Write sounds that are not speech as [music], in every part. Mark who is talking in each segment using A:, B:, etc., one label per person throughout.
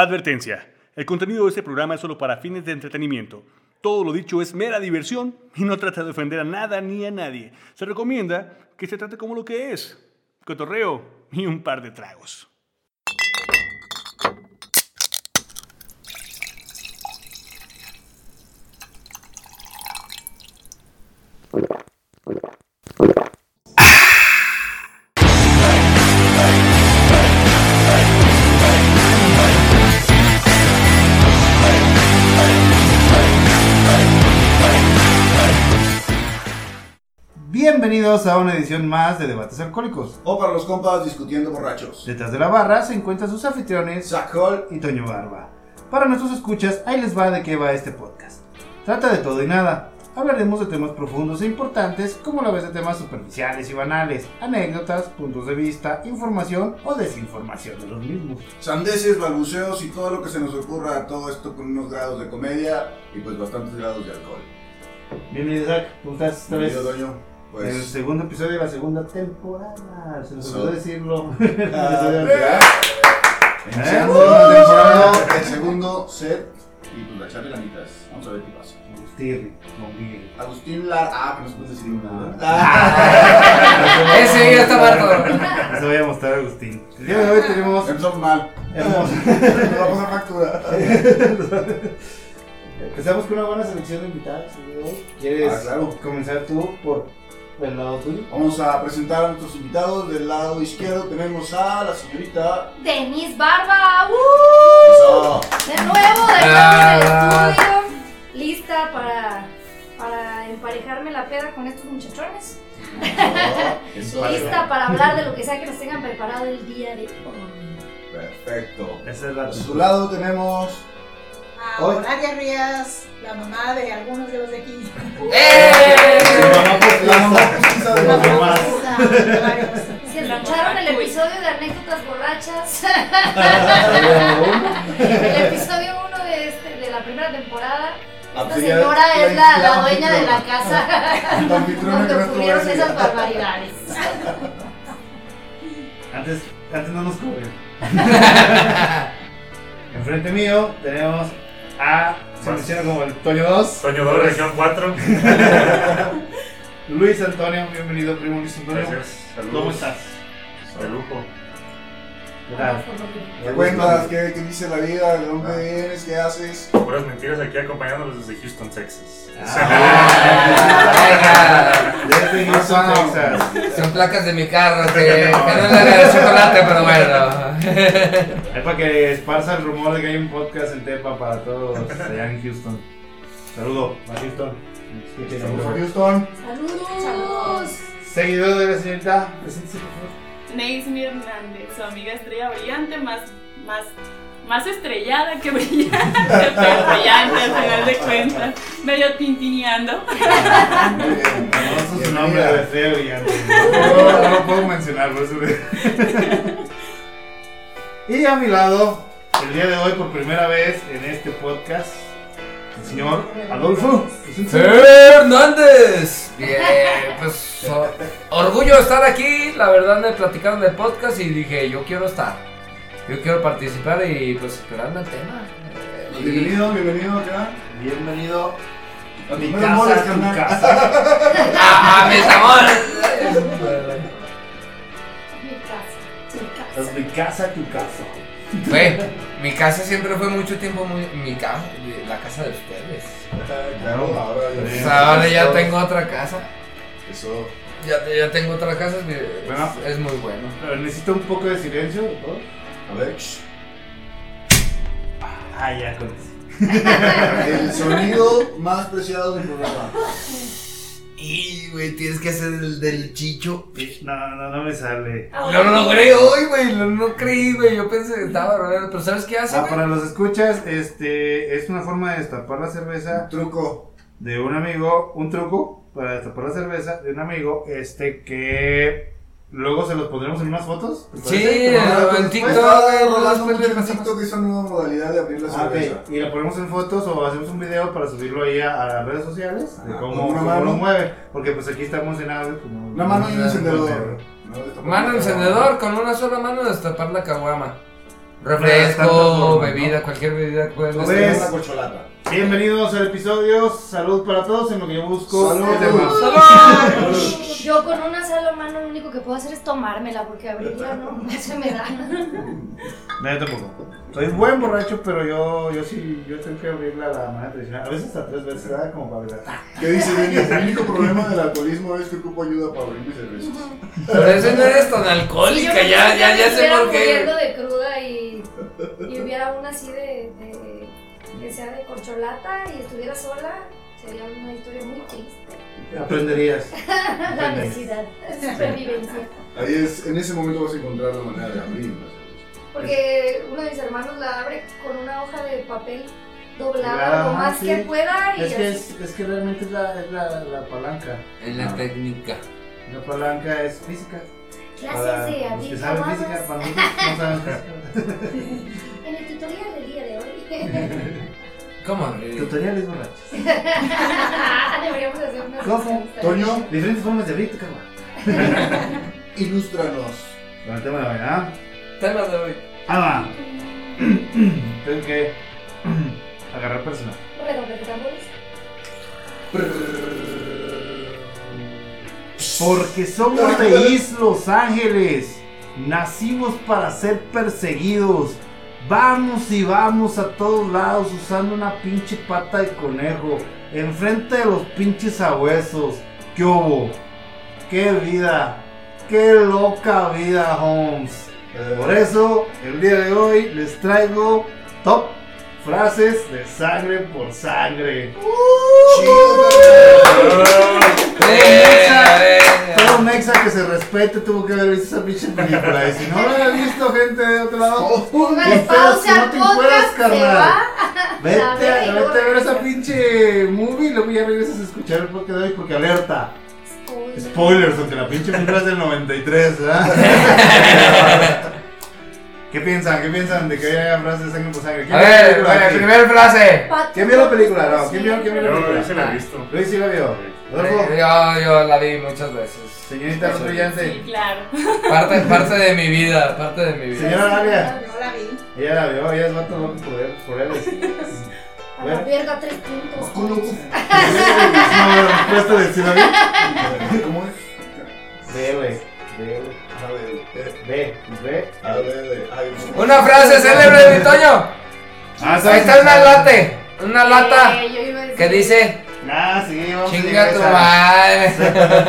A: Advertencia. El contenido de este programa es solo para fines de entretenimiento. Todo lo dicho es mera diversión y no trata de ofender a nada ni a nadie. Se recomienda que se trate como lo que es. Cotorreo y un par de tragos.
B: Bienvenidos a una edición más de Debates Alcohólicos.
C: O para los compas discutiendo borrachos.
B: Detrás de la barra se encuentran sus anfitriones
C: Sacol.
B: y Toño Barba. Para nuestros escuchas, ahí les va de qué va este podcast. Trata de todo y nada. Hablaremos de temas profundos e importantes, como la vez de temas superficiales y banales, anécdotas, puntos de vista, información o desinformación de los mismos.
C: Sandeces, balbuceos y todo lo que se nos ocurra. Todo esto con unos grados de comedia y pues bastantes grados de alcohol.
B: Bienvenidos, Zach. ¿Cómo estás esta vez?
C: Querido Doño,
B: El
C: pues.
B: segundo episodio de la segunda temporada. [laughs] Se nos
C: So-
B: olvidó decirlo.
C: Ah, Iniciando
B: Eh,
C: la
B: uh,
C: temporada, el segundo set y pues la charla lanitas. Vamos a ver qué pasa.
B: Agustirri, Monguil.
C: Agustín Lar. Ah, que nos pueden decir una.
D: Ese ya está muerto.
B: Les voy a mostrar a Agustín. El día de hoy tenemos
C: Ah, Empezamos mal.
B: hermoso.
C: Nos va a pasar factura.
B: [laughs] Empezamos con una buena selección de invitados. el día de hoy. ¿Quieres
C: Ah, claro.
B: comenzar tú por el lado tuyo?
C: Vamos a presentar a nuestros invitados. Del lado izquierdo tenemos a la señorita.
E: Denis Barba, ¡uh!
C: Eso.
E: De nuevo, de nuevo en
D: Brava.
E: el estudio, lista para, para emparejarme la peda con estos muchachones,
C: Eso.
E: lista para hablar de lo que sea que nos tengan preparado el día de hoy.
C: Perfecto.
B: Esa es
C: A su lado tenemos.
B: Hoy-
F: Ahora Nadia Rías, la mamá de algunos de los de aquí.
D: ¡Eh!
C: La mamá postiza de
F: La
C: los
F: mamá
B: [laughs]
C: demás.
F: postiza de varios.
E: Si escucharon el episodio de anécdotas borrachas, [laughs] el episodio 1 de, este, de la primera temporada, esta señora es la, la dueña de la
C: [laughs]
E: casa
C: La
E: [laughs]
C: anfitriona que no
E: donde
C: estuvo
E: ocurrieron esas
C: ahí.
E: barbaridades.
B: Antes, antes no nos [laughs] cubren. Enfrente mío tenemos a. Se menciona como el Toño 2.
G: Toño 2, región 4.
B: Luis Antonio, bienvenido, primo Luis Antonio.
G: Gracias.
B: ¿Cómo estás?
G: De lujo.
B: ¿Qué tal?
C: ¿Qué cuentas? ¿Qué, qué dice la vida? ¿De dónde vienes? ¿Qué haces?
G: Puras mentiras aquí acompañándolos desde Houston, Texas.
B: Ah.
D: Venga.
B: Desde Houston,
C: Wow.
B: Texas.
D: [laughs] Son placas de mi carro que, que no le agradé chocolate, pero bueno.
B: [laughs]
D: [laughs]
B: Es para que esparza el rumor de que hay un podcast en Tepa para todos allá en Houston. Saludo a Houston.
C: Saludos a Houston.
E: Saludos.
B: Seguidor de la señorita, preséntese por favor.
H: Neismi Hernández, su amiga estrella brillante, más, más, más estrellada que [laughs] brillante, pero brillante al final de cuentas, medio tintineando.
C: Muy bien.
B: Conozco su
C: Bienvenida.
B: nombre de feo y [laughs] antes. No, no lo puedo mencionar, por eso. le- [laughs] Y a mi lado, el día de hoy, por primera vez en este podcast, el señor Adolfo. preséntese.
D: Hernández. Bien, pues o- orgullo de estar aquí. La verdad me platicaron del podcast y dije, yo quiero estar. Yo quiero participar y pues esperando el tema. Eh,
C: Pues Bienvenido, bienvenido acá.
B: Bienvenido a
C: No
B: mi
C: me
B: casa,
C: moles,
B: a tu
C: carnal.
B: casa.
D: ¡Ah, mis amores!
E: Mi casa, mi casa.
B: Es mi casa, tu casa.
D: Güey, mi casa siempre fue mucho tiempo muy, mi casa, la casa de ustedes.
C: Claro, ahora ya-
D: Pues ahora ya tengo otra casa.
C: Eso.
D: Ya, ya tengo otra casa, es, mi- es-
B: Bueno.
D: es muy bueno.
B: Pero necesito un poco de silencio, ¿no?
C: A ver. shh.
B: Ah, ya con eso.
C: El sonido más preciado del programa.
D: Y, güey, tienes que hacer el del chicho.
B: No, no, no me sale.
E: Ah,
D: No lo logré hoy, güey, no, no creí, güey. Yo pensé que estaba rodeado, pero ¿sabes qué hace,
B: Ah,
D: güey?
B: para los escuchas, este es una forma de destapar la cerveza
C: Truco.
B: de un amigo, un truco para destapar la cerveza de un amigo, este que luego se los pondremos en unas fotos. ¿te
D: Sí,
B: parece?
D: eh,
C: Ahora,
D: en
C: pues,
D: TikTok,
C: está
D: en las
C: rolando mucho en
D: películas.
C: TikTok esa nueva modalidad de abrir la
B: Ah,
C: cerveza.
B: ok. Y lo ponemos en fotos o hacemos un video para subirlo ahí a, a las redes sociales de
C: Ajá,
B: cómo,
C: Ah, con una
B: cómo
C: mano.
B: lo mueve. Porque pues aquí estamos en audio. pues, no-
C: Una mano y un
B: no-
C: encendedor. No, de tapar
B: oh.
D: Mano
C: la cara.
D: encendedor, con una sola mano destapar la caguama. Refresco,
B: forma, ¿no?
D: bebida, cualquier bebida que puedes
B: Pues,
D: mezclar.
C: una corcholata.
B: Bienvenidos al episodio. Salud para todos en lo que yo busco.
C: Salud.
B: el tema.
E: Yo con una sal a mano lo único que puedo hacer es tomármela porque abrirla no se me da.
B: No, yo tampoco. Soy buen borracho, pero yo, yo sí, yo tengo que abrirla a la manera tradicional. A veces hasta tres veces, ¿verdad? Como para ah, abrirla.
C: ¿Qué dice [laughs] Denis? El único problema del alcoholismo es que ocupo ayuda para abrir mis cervezas.
D: Pero ese no eres tan
E: Sí, yo
D: alcohólica,
E: no
D: ya,
E: sé
D: ya,
E: si
D: ya
E: me
D: sé
E: estuviera
D: por qué.
E: muriendo de cruda y, y hubiera una así de, de- que sea de corcholata y estuviera sola, sería una historia muy triste.
B: Aprenderías.
E: [laughs] La
B: Aprenderías.
E: necesidad, la supervivencia.
C: Ahí es, en ese momento vas a encontrar la manera de abrir las cervezas.
E: Porque uno de mis hermanos la abre con una hoja de papel doblada
B: Doblada,
E: lo más
B: Ah, sí.
E: que pueda y
B: Es que,
E: así.
B: es, es que realmente es la, es la, la palanca.
D: En la técnica.
B: La palanca es física.
E: Clases de
B: los que saben física,
E: aplicadas
B: para los que no saben [laughs] física.
E: en el tutorial del día de hoy. [laughs]
D: ¿Cómo? abrir?
B: Tutoriales borrachos.
E: Deberíamos hacer una
B: ¿Cómo?
E: entrevista.
C: Toño,
B: Diferentes formas de abrirte, cama.
C: ilústranos.
B: Con el tema de hoy, ¿ah?
D: Tema de hoy.
B: Ah, va. [clears throat] Tengo que [clears throat] agarrar personal.
E: Redoble de tambores.
B: Porque somos de Is Los Ángeles. Nacimos para ser perseguidos. Vamos y vamos a todos lados usando una pinche pata de conejo. Enfrente de los pinches sabuesos. ¿Qué hubo? ¡Qué vida! ¡Qué loca vida, Holmes! Por eso, el día de hoy les traigo top frases de sangre por sangre. Todo mexa que se respete tuvo que haber visto esa pinche película. Y si no la había visto gente de otro lado,
E: Póngale
B: espero que
E: pausa al
B: te encueras,
E: Pues, podcast, se va.
B: Vete,
E: La ve y
B: a-
E: luego
B: vete a ver
E: regresa.
B: esa pinche movie y luego ya regresas a escuchar el podcast de hoy porque alerta.
E: Uy,
B: Spoilers, aunque la pinche película es del 93, ¿verdad? ¿Qué piensan? ¿Qué piensan de que haya frases de sangre por sangre? ¿Quién
D: A
B: vio la
D: ver,
B: película
D: vaya,
B: aquí?
D: primera frase.
E: pato.
B: ¿Quién vio la película? No, ¿quién vio, quién vio la
G: Yo
B: película?
G: ese la he visto.
B: Luis sí la vio. Rodolfo,
D: Yo, yo la vi muchas veces.
B: señorita Luz
H: Sí,
B: Brillante,
H: claro.
D: Parte, parte de mi vida, parte de mi vida.
B: señora Dalia.
F: No la vi.
B: Ella la vio, ella es vato loco por él. Por él.
E: A la verga, tres puntos.
B: No, respuesta de sí la vio.
C: [laughs] ¿Cómo es?
B: Ve, güey. Ve, güey.
C: A ver, eh,
B: Ve, ve.
C: a ver, eh, a ver.
D: Una frase célebre de mi Toño.
B: Ah,
D: Ahí está una late, una lata
E: Eh, yo iba a decir-
D: que dice,
B: Ah, sí, vamos a llegar a
D: chinga tu
B: esa.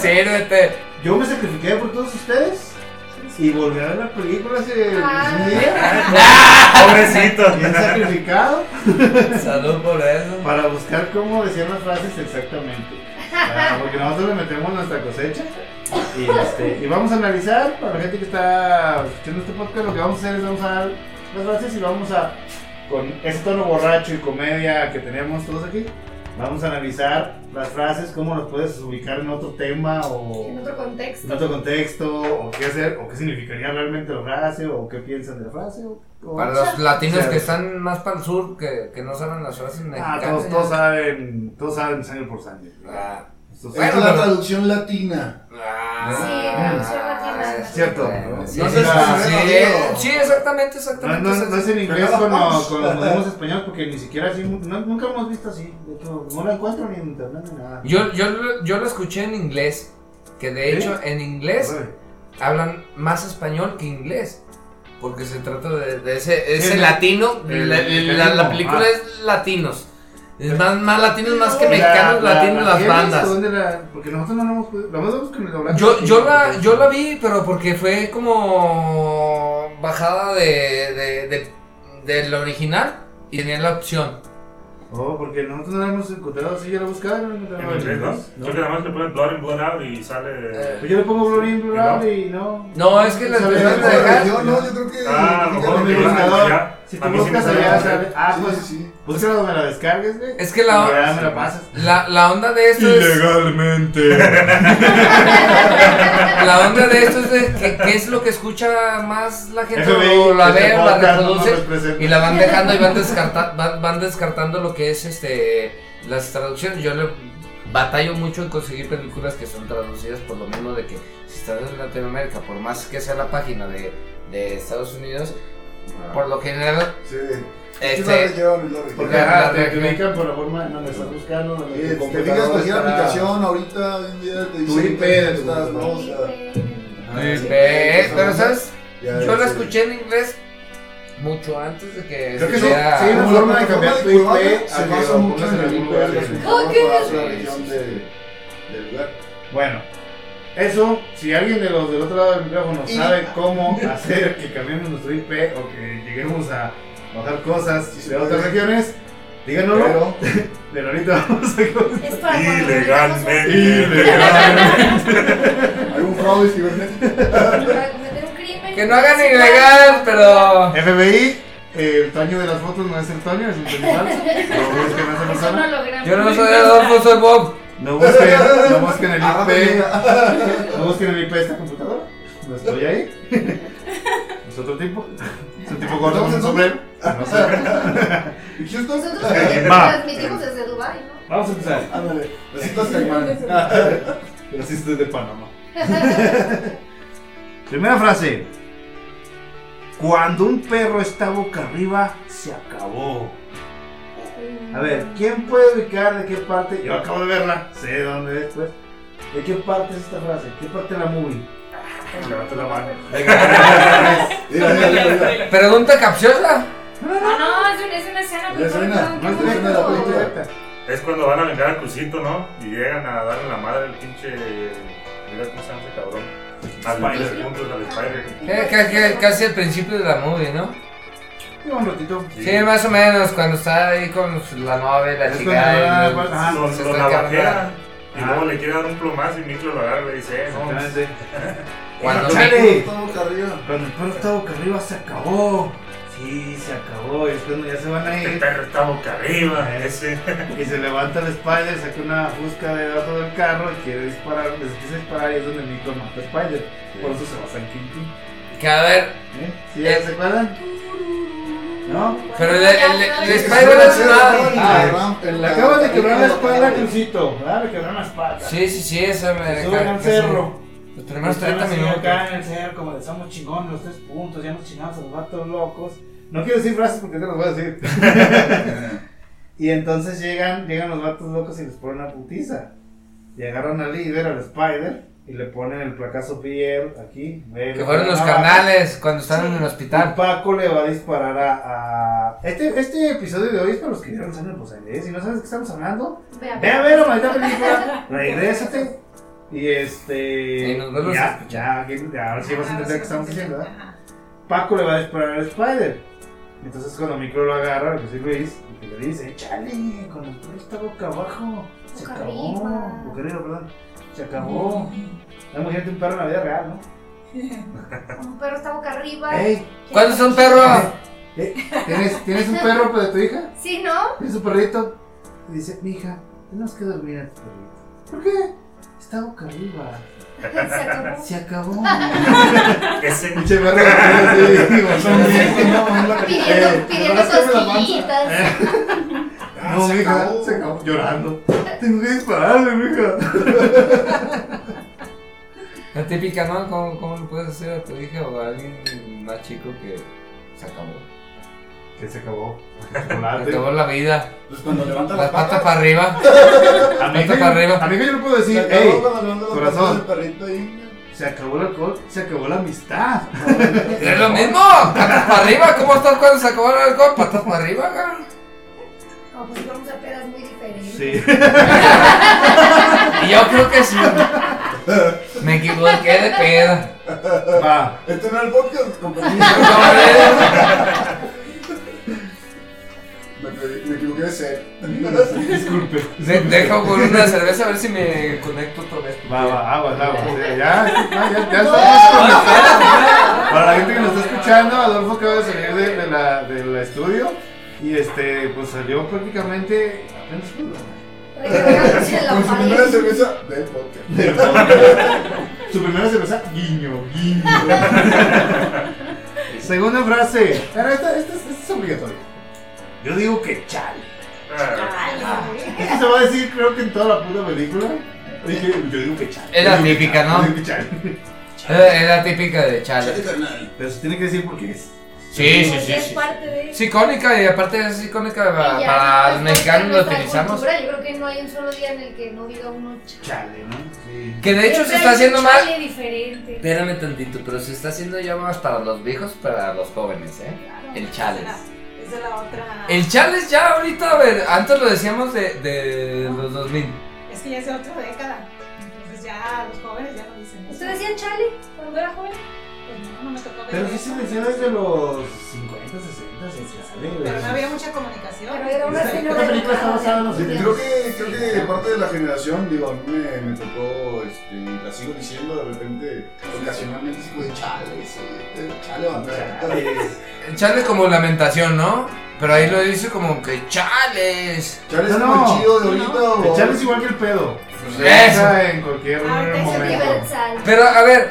B: [laughs]
D: Sírvete.
B: Yo me sacrifiqué por todos ustedes y volví a ver la película hace
E: Ah.
B: un día.
G: Pobrecito.
B: Bien sacrificado
D: Salud por eso.
B: para buscar cómo decían las frases exactamente. Ah,
E: [laughs]
B: porque nosotros le metemos nuestra cosecha y, este, y vamos a analizar para la gente que está escuchando este podcast. Lo que vamos a hacer es vamos a dar las frases y vamos a, con ese tono borracho y comedia que tenemos todos aquí, vamos a analizar las frases, cómo las puedes ubicar en otro tema o
E: En otro contexto. [laughs]
B: en otro contexto, o qué hacer, o qué significaría realmente la frase, o qué piensan de la frase, o, o-
D: Para los latinos
B: Sí.
D: que están más para el sur, que, que no saben las frases
B: Ah,
D: mexicanas.
B: todos, todos saben, todos saben sangre por sangre.
D: Ah,
B: Estos-
D: Bueno,
C: es la
D: pero-
C: traducción latina.
D: ah,
E: Sí, traducción latina.
D: es
B: Cierto.
D: bueno, Sí,
B: No
D: sí,
B: sé si
D: ah,
B: se
D: sí,
C: ve rápido.
D: sí, exactamente,
B: No,
D: exactamente.
B: no, no es en inglés
C: Pero-
B: con, los- con los modelos españoles porque ni siquiera así, no- nunca hemos visto así. De hecho, no la encuentro ni en internet ni nada.
D: Yo, yo, lo- yo lo escuché en inglés, que de
B: ¿Sí?
D: hecho en inglés hablan más español que inglés. Porque se trata de, de ese, ese
B: el-
D: latino.
B: el-
D: la,
B: el
D: la- la
B: latino,
D: película
B: ah.
D: es latinos. Es más, más latinos, más que
B: La-
D: mexicanos,
B: la-
D: latinos,
B: la-
D: las
B: ¿sí
D: bandas.
B: ¿Dónde la, porque nosotros no la hemos podido. La más vemos con el doblaje.
D: Yo, yo, la, yo la vi, pero porque fue como bajada de, de, de- del original y tenía la opción.
B: Oh, porque nosotros no la hemos encontrado así. Yo la buscaba y no la
G: En
B: encontraba.
G: inglés, ¿no? Creo que nada más le ponen Blood in, Blood out y sale.
D: Eh,
B: Pues yo le pongo Blue in, Blue out y no.
D: No, es que la
B: Sale-
D: empezaron a dejar.
C: Yo no, yo creo que.
G: Ah, a lo mejor
B: Con mi
G: porque
C: Sí,
B: buscador.
G: ya.
B: Si
G: A
B: tú
G: mí sí me
B: buscas
G: sale
B: allá,
G: la-
B: sale. Ah, pues
C: sí, sí.
B: Búscala donde la descargues, güey.
D: Es que
B: Y
D: la,
B: ya me la pasas.
D: la, la onda de esto es.
B: Ilegalmente.
D: La onda de esto es de que, que es lo que escucha más la gente.
B: FBI,
D: o la
B: este
D: ve, o la
B: podcast no nos
D: reproduce.
B: representa.
D: Y la van dejando y van, descarta- van, van descartando lo que es este las traducciones. Yo le batallo mucho en conseguir películas que son traducidas por lo mismo de que si estás en Latinoamérica, por más que sea la página de, de Estados Unidos, por lo general.
C: Sí.
D: Este-
C: Sí, no le llevan el lorry.
B: Porque
D: Ajá,
B: ajá, te
D: te-
B: ubican por la forma en donde estás buscando, donde tu
C: Eh, te fijas
B: computadora
C: cualquier
B: está-
C: aplicación ahorita, hoy en día te
B: Tu
C: dicen
B: IP,
C: que
B: tu-
C: estás, ¿no? O sea,
D: Sí,
C: ajá, sí,
D: eh,
C: esa
D: pero
C: onda.
D: sabes,
C: Ya,
D: yo la
C: sí.
D: escuché en inglés mucho antes de que
B: Creo que sí,
D: existiera-
B: sí, Este, una
C: Como
B: forma de
C: plataforma
B: cambiar tu
C: de Cuevana,
B: IP
C: se
B: a que
C: basa
B: lo
C: mucho
B: pongas
C: en
B: en
C: el
B: algún
C: IP de
B: lugar.
C: las
B: sí.
C: computadoras
E: Ok.
C: para hacer la revisión de- del lugar.
B: Bueno, eso, si alguien de los del otro lado del micrófono
C: Y-
B: sabe cómo hacer que cambiemos nuestro IP o que lleguemos a bajar cosas
C: Sí, se
B: de
C: puede.
B: otras regiones, díganoslo.
C: Pero-
B: De ahorita [laughs] vamos a
E: Es para cuando
G: Ilegalmente.
B: [laughs]
C: Hay un fraude cibernético.
E: cometemos- para cometer un crimen.
D: Que no hagan ilegal, pero.
B: FBI, eh, el Toño de las fotos no es el Toño, es un Toño falso. No busquen a esa
H: Eso no
B: persona.
H: logramos.
D: Yo no soy Adolfo, soy Bob.
B: No busquen, no busquen el
C: Ah,
B: IP.
C: venga.
B: No busquen el IP de esta computadora. No estoy ahí. [laughs] Es otro tipo. Es un tipo gordo con un sombrero. No sé.
C: ¿Y Houston?
E: Nosotros
B: Va.
E: transmitimos desde Dubai, ¿no?
B: Vamos a empezar.
C: Ándale. Besitos, Caimán.
B: Así estoy de Panamá. Primera frase. Cuando un perro está boca arriba, se acabó. A ver, ¿quién puede ubicar de qué parte? Yo acabo de verla, sé dónde es, pues. ¿De qué parte es esta frase? ¿Qué parte de la movie? Levanta la mano.
C: [laughs] Mira, mira, mira, mira.
D: Pregunta capciosa.
E: No, no, es una, es una escena
C: Es una-
E: con
B: No es directa,
E: con-
B: no es directa.
G: Es cuando van a vengar al crucito, ¿no? Y llegan a darle la madre al pinche. Mira cómo se llama ese cabrón. Al Spider, juntos al Spider.
D: Eh, ca- ca- Casi al principio de la movie, ¿no?
B: Lleva un ratito.
D: Sí, más o menos, cuando está ahí con su- la novia, la
B: Es
D: chica.
B: cuando
D: y-
B: va- ah,
G: Lo,
D: se
G: lo
D: está
G: navajean. Y
B: Ah.
G: luego le quiere dar un plomazo y Micro lo agarra y le dice, eh, no,
B: Exactamente.
D: Cuando
B: Chale.
C: Todo boca arriba.
B: Cuando el perro está boca arriba, se acabó. Sí, se acabó. Y es cuando ya se van a
G: este
B: ir.
G: perro está boca arriba. Ese.
B: Y se levanta el Spider, saca una fusca debajo del carro y quiere disparar, les empieza a disparar y es donde Nico mata a Spider. Por eso se va a San Quintín.
D: Que a ver,
B: ¿Eh? ¿Sí ya se acuerdan? ¿No?
D: pero el, el- el Spider
C: Espérate,
D: es una.
B: Ah,
C: espérate.
B: Le acaban de quebrar la espalda, Crucito. ¿verdad? Le quebraron la espalda.
D: Sí, sí, sí, esa
B: Se
D: me.
B: sube a un cerro.
D: Los primeros
B: Y están
D: 30
B: así
D: minutos.
B: acá en el cerro, como de somos chingones, los tres puntos, ya nos chingamos a los vatos locos. No quiero decir frases porque te las voy a decir. y entonces llegan, llegan los vatos locos y les ponen una putiza. Y agarran al líder, al Spider, y le ponen el placazo Pierre aquí. ve,
D: Que
B: le
D: fueron
B: ponen
D: los
B: abajo.
D: carnales cuando estaban en el
B: Y
D: hospital.
B: Paco le va a disparar a. a- Este, este episodio de hoy es para los que vieron Sangre en Buenos Aires. Si no sabes de qué estamos hablando,
E: Ve a
B: ve
E: ver.
B: a ver la maldita [laughs] película, regrésate. Y este.
D: Y nos vemos.
B: ya, ya, ya, ahora sí vas a entender qué estamos diciendo, ¿verdad?
F: Ajá.
B: Paco le va a disparar al Spider. Entonces, cuando Micro lo agarra, que sí Luis, y que le dice: Chale, con el perro está boca abajo. Se
E: Boca
B: acabó.
E: arriba.
B: Boca arriba, perdón. Se acabó. Damos gente un perro en la vida real, ¿no?
E: Un perro está boca arriba.
B: ¡Ey!
D: ¿Cuándo es un perro?
B: Eh, ¿Tienes, ¿Tienes un perro para tu hija?
E: [laughs] Sí, ¿no?
B: Tiene su perrito. Y dice, mija, tenemos que dormir a tu perrito. ¿Por qué? Está boca arriba.
E: Se acabó.
B: Se acabó. [laughs]
G: Ese.
B: Pinche perro. sí,
C: [laughs]
B: digo, no, Eh,
E: Pidiendo,
B: rascame
E: pidiendo
B: la panza.
E: costillitas.
B: No,
C: se
B: mija,
C: acabó.
B: se acabó. Llorando. Tengo que dispararle, mija.
D: La típica, ¿no? ¿Cómo, ¿Cómo lo puedes hacer a tu hija o a alguien más chico que se acabó?
B: Que se acabó.
D: Se acabó la vida.
C: Pues cuando levanta
D: Las
C: la
D: patas
C: pata.
D: para arriba.
B: A mi hija,
D: Pata para arriba.
B: a mi hija yo le puedo decir,
C: se acabó
B: hey,
C: cuando levanta las patas
B: corazón.
C: del perrito ahí.
B: se acabó el alcohol, se acabó la amistad.
D: ¡Es lo mismo! ¡Patas para arriba! ¿Cómo estás cuando se acabó el alcohol? ¡Patas para arriba, cara!
E: No, pues vamos a pedas muy diferentes.
B: Sí.
D: Y yo creo que sí. Me equivoqué de peda.
B: [laughs] Va.
C: Este no era el podcast, [laughs] compañero. Me, equivoqué- me equivoqué de [laughs] ser.
B: Disculpe.
D: De- dejo con una cerveza a ver si me conecto otra vez.
B: Va, va, aguas, aguas. Ya, ya, ya, ya estamos conectados. Para la gente que nos está escuchando, Adolfo acaba de salir de, de la, del estudio y este, pues salió prácticamente apenas
E: Regalándose
C: Con
E: en la
C: su primera
E: pared.
C: cerveza del podcast.
B: Su primera cerveza, guiño, guiño. [laughs] Segunda frase. Ahora, esta, esta, es- esta es obligatoria. Yo digo que chale.
G: Ah,
B: Esto se va a decir, creo que en toda la puta película. Dije, yo digo que chale.
D: Es la
B: Yo digo que
D: típica,
B: chale,
D: ¿no?
B: yo digo que chale.
D: Eh, Es la típica de
C: Chale,
D: Chale.
C: carnal.
B: Pero se tiene que decir porque es.
D: Sí, sí,
E: Pues
D: sí,
E: Es
D: sí.
E: parte de.
D: Es icónica y aparte es icónica para,
E: Y ya
D: para
E: es
D: los
E: parte de
D: mexicanos lo
E: nuestra
D: utilizamos.
E: cultura, Yo creo que no hay un solo día en el que no diga uno chale.
B: Chale, ¿no? Sí.
D: Que de hecho
E: Siempre
D: se está
E: hay un
D: haciendo más.
E: chale diferente.
D: Espérame tantito, pero se está haciendo ya más para los viejos, para los jóvenes, ¿eh?
F: Claro,
D: El chales.
F: Es de la otra.
D: El chales ya ahorita, a ver, antes lo decíamos de, de los 2000.
F: Es que ya es de otra década. Entonces ya los jóvenes ya no dicen eso.
E: ¿Usted decía chale cuando era joven?
F: Pues no, no me tocó ver
B: Pero sí
F: eso.
B: se decía desde los 50, 60, se pues, chale, güey.
F: Pero no había mucha comunicación.
E: Pero era una
B: Esta-
E: señora
B: esta película
E: de-
B: está basada en los
C: Sí,
B: 70.
C: creo que, creo que parte de la generación, digo, a mí me, me tocó, este, y la sigo diciendo de repente, ocasionalmente, así como de chale, sí, eh, chale, bandera.
D: El chales como lamentación, ¿no? Pero ahí lo dice como que chales.
C: Chale es
B: No,
C: como
B: no.
C: el chido de ahorita, o...
B: El chale es igual que el pedo.
D: Eso.
B: Pasa en cualquier
F: Ahorita es el
B: momento.
E: Universal.
D: Pero a ver,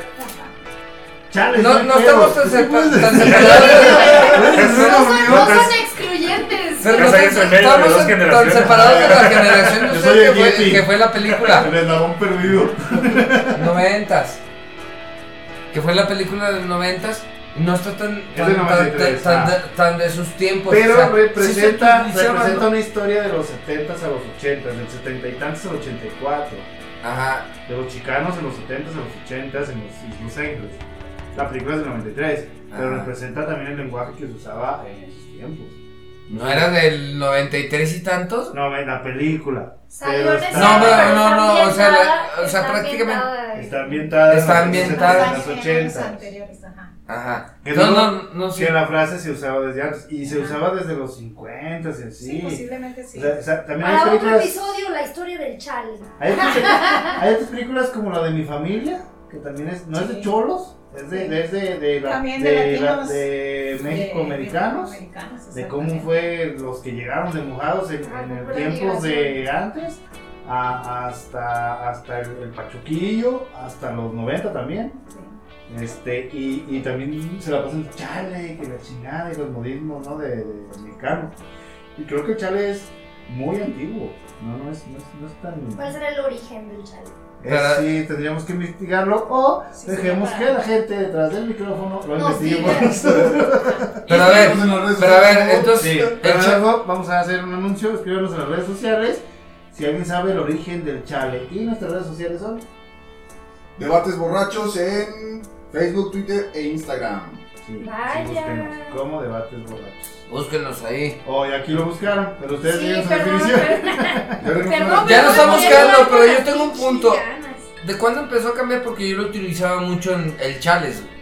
B: Chale,
D: no,
B: el
D: no
B: pedo.
D: estamos tan
B: ¿Qué puedes
D: separados.
B: decir?
E: No
G: Pero
E: son, no
G: universal.
E: son excluyentes.
D: Pero
G: Ya
D: no
G: sabes,
D: tan-
G: en medio de
D: estamos
G: dos
D: tan- tan
G: generaciones.
D: separados
G: [laughs]
D: de la generación de
B: Yo soy
D: ustedes
B: el
D: que fue,
B: Yeti.
D: que fue la película
B: [laughs] El eslabón perdido.
D: Noventas Que fue la película de los noventas y No está tan,
B: Es
D: tan,
B: de
D: tan,
B: 93,
D: tan-
B: ah.
D: tan- tan de sus tiempos Pues, o sea,
B: Pero
D: sí se
B: representa,
D: utilizaba, ¿no?
B: representa una historia de los 70 a los 80, del 70 y tantos al 84,
D: Ajá,
B: de los chicanos en los 70 a los 80 en los Ismos Angles. La película es del 93, pero
D: Ajá.
B: representa también el lenguaje que se usaba en esos tiempos.
D: ¿no era del 93 y tantos?
B: No, en la película.
E: Salió en
B: está-
E: esa
D: No,
E: época,
D: pero no,
E: está
D: no, o sea, la-
E: ambientada-
D: o sea,
E: está
D: prácticamente-
E: ambientada-
B: Está ambientada en
D: Está
B: los 70s,
D: ambientada.
B: en los 80.
F: anteriores, ajá.
D: Ajá
B: Que
D: No,
B: no-
D: no, no, sí.
B: Que la frase se usaba desde antes y se usaba desde los 50 y así.
F: Sí, pues posiblemente sí.
B: O sea, o sea, también hay
E: Para otro
B: películas.
E: episodio, la historia del chale.
B: Hay otras, hay otras películas como la de mi familia, que también es, no es de
F: Sí.
B: cholos, es de,
F: Sí.
B: es de, de, la-
F: También
B: de,
F: de
B: la-
F: latinos.
B: de México-americanos, de,
F: Mexicoamericanos,
B: cómo fue los que llegaron de mojados en,
E: Ah,
B: en
E: fue
B: el
E: la
B: tiempos de antes, a- hasta, hasta el, el Pachuquillo, hasta los 90 también.
F: exactamente.
B: Este, y, y también se la pasan chale, que la chingada y los modismos ¿no? de, de mexicano. Y creo que el chale es muy antiguo, no, no, es, no, es, no es tan...
E: ¿Cuál será el origen del chale?
B: Eh,
D: Para-
B: sí, tendríamos que investigarlo o
F: Sí, sí,
B: dejemos
F: para-
B: que la gente detrás del micrófono lo
E: Nos
B: investigue
E: diga.
B: por
E: [laughs]
B: nosotros.
D: Pero a ver,
B: este
C: Estamos en las redes
D: pero a ver,
C: sociales, ¿no?
D: entonces
B: Sí, pero luego vamos a hacer un anuncio, escríbanos en las redes sociales. Si alguien sabe el origen del chale y nuestras redes sociales son.
C: Debates borrachos en Facebook, Twitter e Instagram.
B: Sí,
E: Vaya.
B: sí, búsquenos, como debates borrachos.
D: Búsquenos ahí
B: Hoy aquí lo buscaron, pero [laughs] ustedes
E: Sí,
B: tienen su
E: perdón,
B: definición. [laughs]
E: perdón.
C: Ya regresamos.
E: Perdón,
D: Ya
E: perdón,
D: lo está buscando,
E: perdón,
D: pero yo
E: las
D: tengo un
E: pinches
D: punto.
E: ganas.
D: ¿De cuándo empezó a cambiar? Porque yo lo utilizaba mucho en el chales. güey.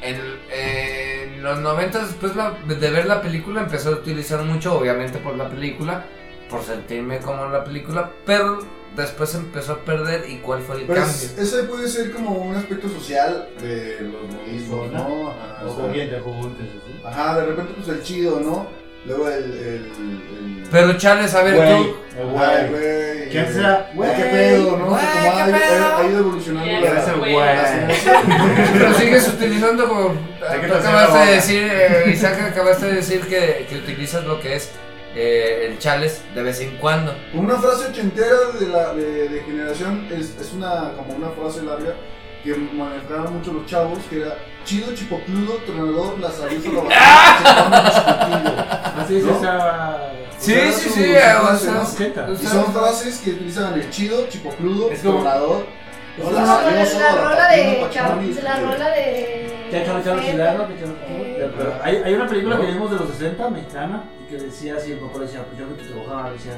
D: En, eh, en los 90 después la- de ver la película empecé a utilizar mucho, obviamente por la película, por sentirme como en la película, pero después empezó a perder y cuál fue el
C: Pero
D: cambio.
C: es- ese puede ser como un aspecto social de los modismos, ¿no? Ajá, o
B: O
C: sea,
B: con bien de juntos, así.
C: Ajá, de repente pues el chido, ¿no? Luego el... el, el
D: Pero chales, a ver
B: Güey,
D: tú.
B: el
C: Ay,
B: güey.
C: güey.
B: ¿Quién será?
C: Güey, qué
B: Güey,
C: pedo, ¿no?
D: güey,
C: O sea, como
D: qué
C: ha, ido-
D: pedo.
C: ha ido evolucionando
H: Ya,
C: la-
B: Eres el
H: güey.
B: güey.
D: [laughs] Pero sigues utilizando como.
B: que
D: Tú
B: te hacía
D: acabaste
B: la
D: de
B: boca.
D: decir, eh, Isaac, acabaste de decir que, que utilizas lo que es eh, el chales de vez en cuando.
C: Una frase ochentera de la de, de generación es, es una como una frase larga que manejaban mucho los chavos, que era chido, chipocludo, tronador, lazarizo,
D: [laughs]
C: la
B: Así se
C: ¿No?
B: usaba.
D: Sí,
C: sea,
D: sí,
C: su-
D: sí,
C: su
D: eh, o
C: frase,
D: sea,
C: ¿no?
D: o sea,
B: Cheta.
D: o
C: Y
D: sea,
C: son frases que utilizaban el chido, chipocludo,
B: Es como-
C: tronador,
B: Es
C: no,
B: como
E: No, pero es
C: lazarioso,
E: la rola de.
C: lapachurri,
E: Cap- La rola de.
B: Ya echamos echamos cigarro, que echamos
E: Eh.
B: Pero hay, hay una película que vimos de los 60, mexicana, y que decía así, el papá le decía, pues yo que te trabajaba, le decía,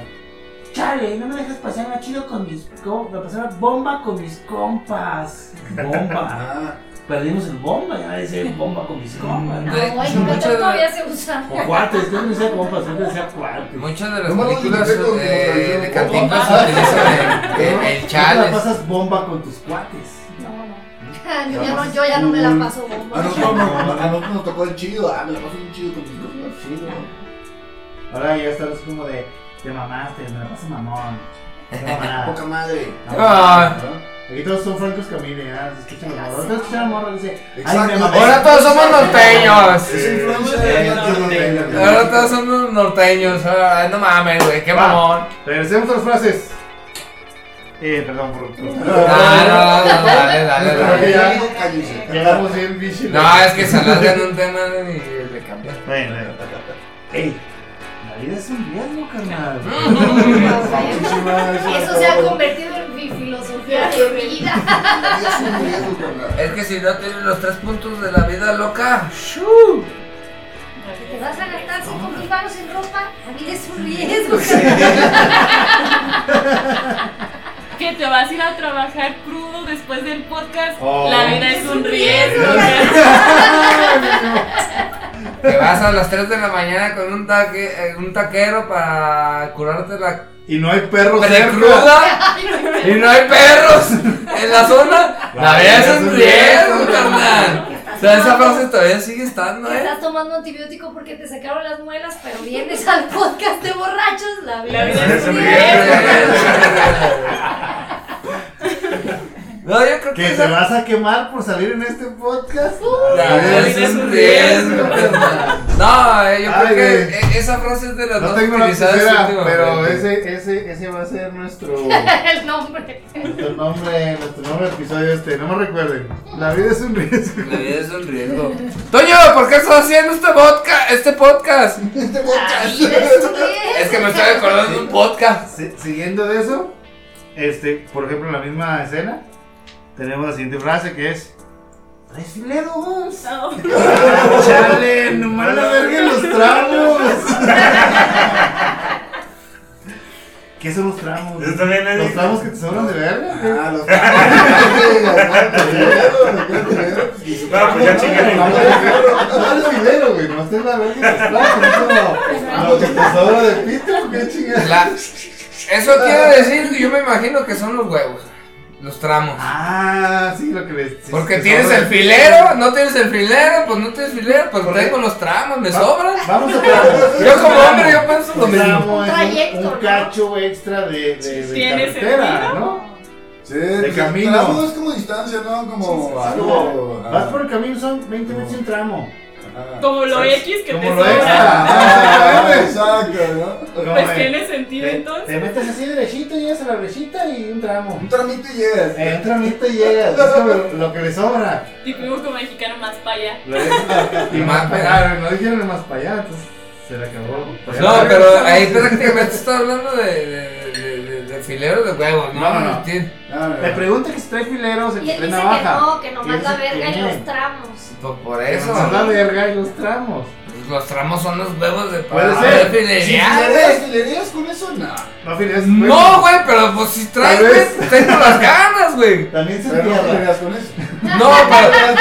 B: chale, no me dejas pasar una chido con mis, com- la pasar bomba con mis compas.
C: [laughs]
B: Bomba.
C: Ah,
B: Perdimos el bomba, ya decía bomba con mis compas. ¿no?
E: No,
D: Muchas
E: en Yucatán
D: de-
E: Ah, todavía se usa.
B: O cuates, yo no decía compas, yo decía cuates.
D: Muchas de las
C: No me lo
D: películas
C: dijiste con-
D: eh,
C: con-
D: de
C: con-
D: Cantinflas
C: con-
D: utilizan el, el-
B: ¿No?
D: el
B: Tú te La
D: chales.
B: pasas bomba con tus cuates.
E: No, no. Yo ya no, yo ya no me la paso
C: a
E: bomba.
C: nosotros, nos- a nosotros nos tocó el chido, ah, me la paso bien chido con mis compas.
B: Sí, güey. Ahora ya estás como de, te mamaste, me la paso mamón. No, nada.
C: Poca madre.
D: Ah.
C: ¿no?
B: Aquí todos son francos Camille, ¿eh? Se escuchan los morros. Se escuchan los morros, dice.
C: Exacto.
B: Ay, me mamé.
D: Ahora todos somos norteños.
C: Esa influencia de la tierra norteña.
D: Ahora todos somos norteños. Ah, no mames, güey, qué
B: Va.
D: mamón.
B: Regresemos a las frases. Eh, perdón por.
D: No,
B: por-
D: no, Ah, no, dale, dale,
C: Pero
D: dale.
C: que ya- cállense.
B: Llegamos bien, bicho.
D: No, es que se alargan un tema y cambiar.
B: Bueno, eh. Ey, la vida es un riesgo, carnal.
D: [laughs]
E: Eso se ha convertido en mi filosofía de vida.
C: Es un riesgo, carnal.
D: Es que si no tienes los tres puntos de la vida loca,
E: Te vas a gastar 5 mil baros en ropa, la vida es un riesgo.
H: Que te vas a ir a trabajar crudo después del podcast.
B: Oh.
H: La vida es un riesgo.
D: te vas a las 3 de la mañana con un, taque- eh, un taquero para curarte la
B: Y no hay perros [laughs] cerca.
D: cruda y no hay perros en la zona. La vida es un riesgo, carnal. O sea, esa frase todavía sigue estando, [laughs] ¿eh?
E: Estás tomando antibiótico porque te sacaron las muelas, pero vienes al podcast de borrachos, la vida
H: La vida
E: es un riesgo.
D: No, yo creo que,
B: Que
D: esa-
B: te vas a quemar por salir en este podcast.
D: La vida es un riesgo. carnal. No, eh, yo
B: Ay,
D: creo que
B: güey.
D: e- esa frase es de las
B: No
D: dos
B: tengo la
D: utilizadas
B: pulsera,
D: últimamente.
B: pero ese, ese, ese va a ser nuestro,
E: [laughs] El nombre.
B: nuestro nombre, nuestro nombre del episodio este. No me recuerden. La vida es un riesgo.
D: La vida es un riesgo. Toño, ¿por qué estás haciendo este podcast? Este podcast.
C: Este podcast.
E: La vida es un riesgo.
D: Es que me estoy acordando de un podcast.
B: Si- siguiendo de eso, este, por ejemplo, en la misma escena, tenemos la siguiente frase que es. ¡Tres fileros! [laughs] ¡Chale! ¡Nomás la verga en los
E: [laughs]
B: tramos! ¿Qué son los tramos?
G: Eso también es-
B: ¿Los tramos que te sobran de verga?
C: Ah, los No,
G: No, pues ya chingaron.
B: No, no, no, filero, güey. No estés la verga en los tramos. Lo que te sobra de pito, qué chingada.
D: La- Eso quiere decir, yo me imagino que son los huevos. Los tramos.
B: Ah, sí, lo que les. sí,
D: Porque
B: te
D: tienes
B: sobra
D: el
B: de pito.
D: filero, no tienes el filero, pues no tienes filero, pues
B: ¿Por qué?
D: tengo los tramos, me
B: Va-
D: sobran.
B: Vamos a ver.
D: Yo como hombre, yo pienso lo
B: Un
D: mismo.
B: tramo es un-
E: Trayecto,
B: un,
E: ¿no?
B: cacho extra de, de, de
H: ¿Tiene
B: carretera,
H: sentido?
B: ¿no?
C: Sí, pues,
B: camino.
C: tramo es como distancia, ¿no? Como
B: Es
C: algo.
B: como, vas por el camino, son 20 minutos y un tramo.
C: Ajá.
H: Como lo X que te
B: Como lo
H: sobra.
B: extra.
C: Ah, Exacto, ¿no?
B: No,
H: Pues
B: eh,
H: tiene sentido
B: te,
H: entonces.
B: te metes así derechito, llegas a la brechita y un tramo.
C: Un tramito y llegas.
B: Eh, un tramito y llegas, es como lo, lo que le sobra.
H: Típico mexicano más para allá.
B: Lo es- y más
D: Pero-
B: para no dijeron más para allá, entonces se le acabó.
D: No, pero ahí prácticamente está hablando de, de, de, de- de fileros de huevos, ¿no?
B: No, no, no.
D: Tiene-
C: Ah, no.
B: Le pregunta que si trae fileros, el
E: Y
B: que
E: él
B: trae
E: dice
B: navaja.
E: que no, que nomás
B: Y
E: la
B: él dice
E: verga
B: que
E: en
B: no.
E: los tramos.
D: Por, pues por
B: Que
D: eso.
B: nomás la verga y los tramos.
D: pues, Los tramos son los huevos de
B: Puede
D: para
B: ser.
D: de filería.
C: ¿Filerías, filerías con eso? No.
B: No, fileros.
D: No, güey, pero pues si traes,
B: Tal vez.
D: güey, tengo las
B: [laughs]
D: ganas, güey.
B: También se
C: Pero no
B: pierde.
C: filerías con
G: [laughs]
C: eso.
D: No, pero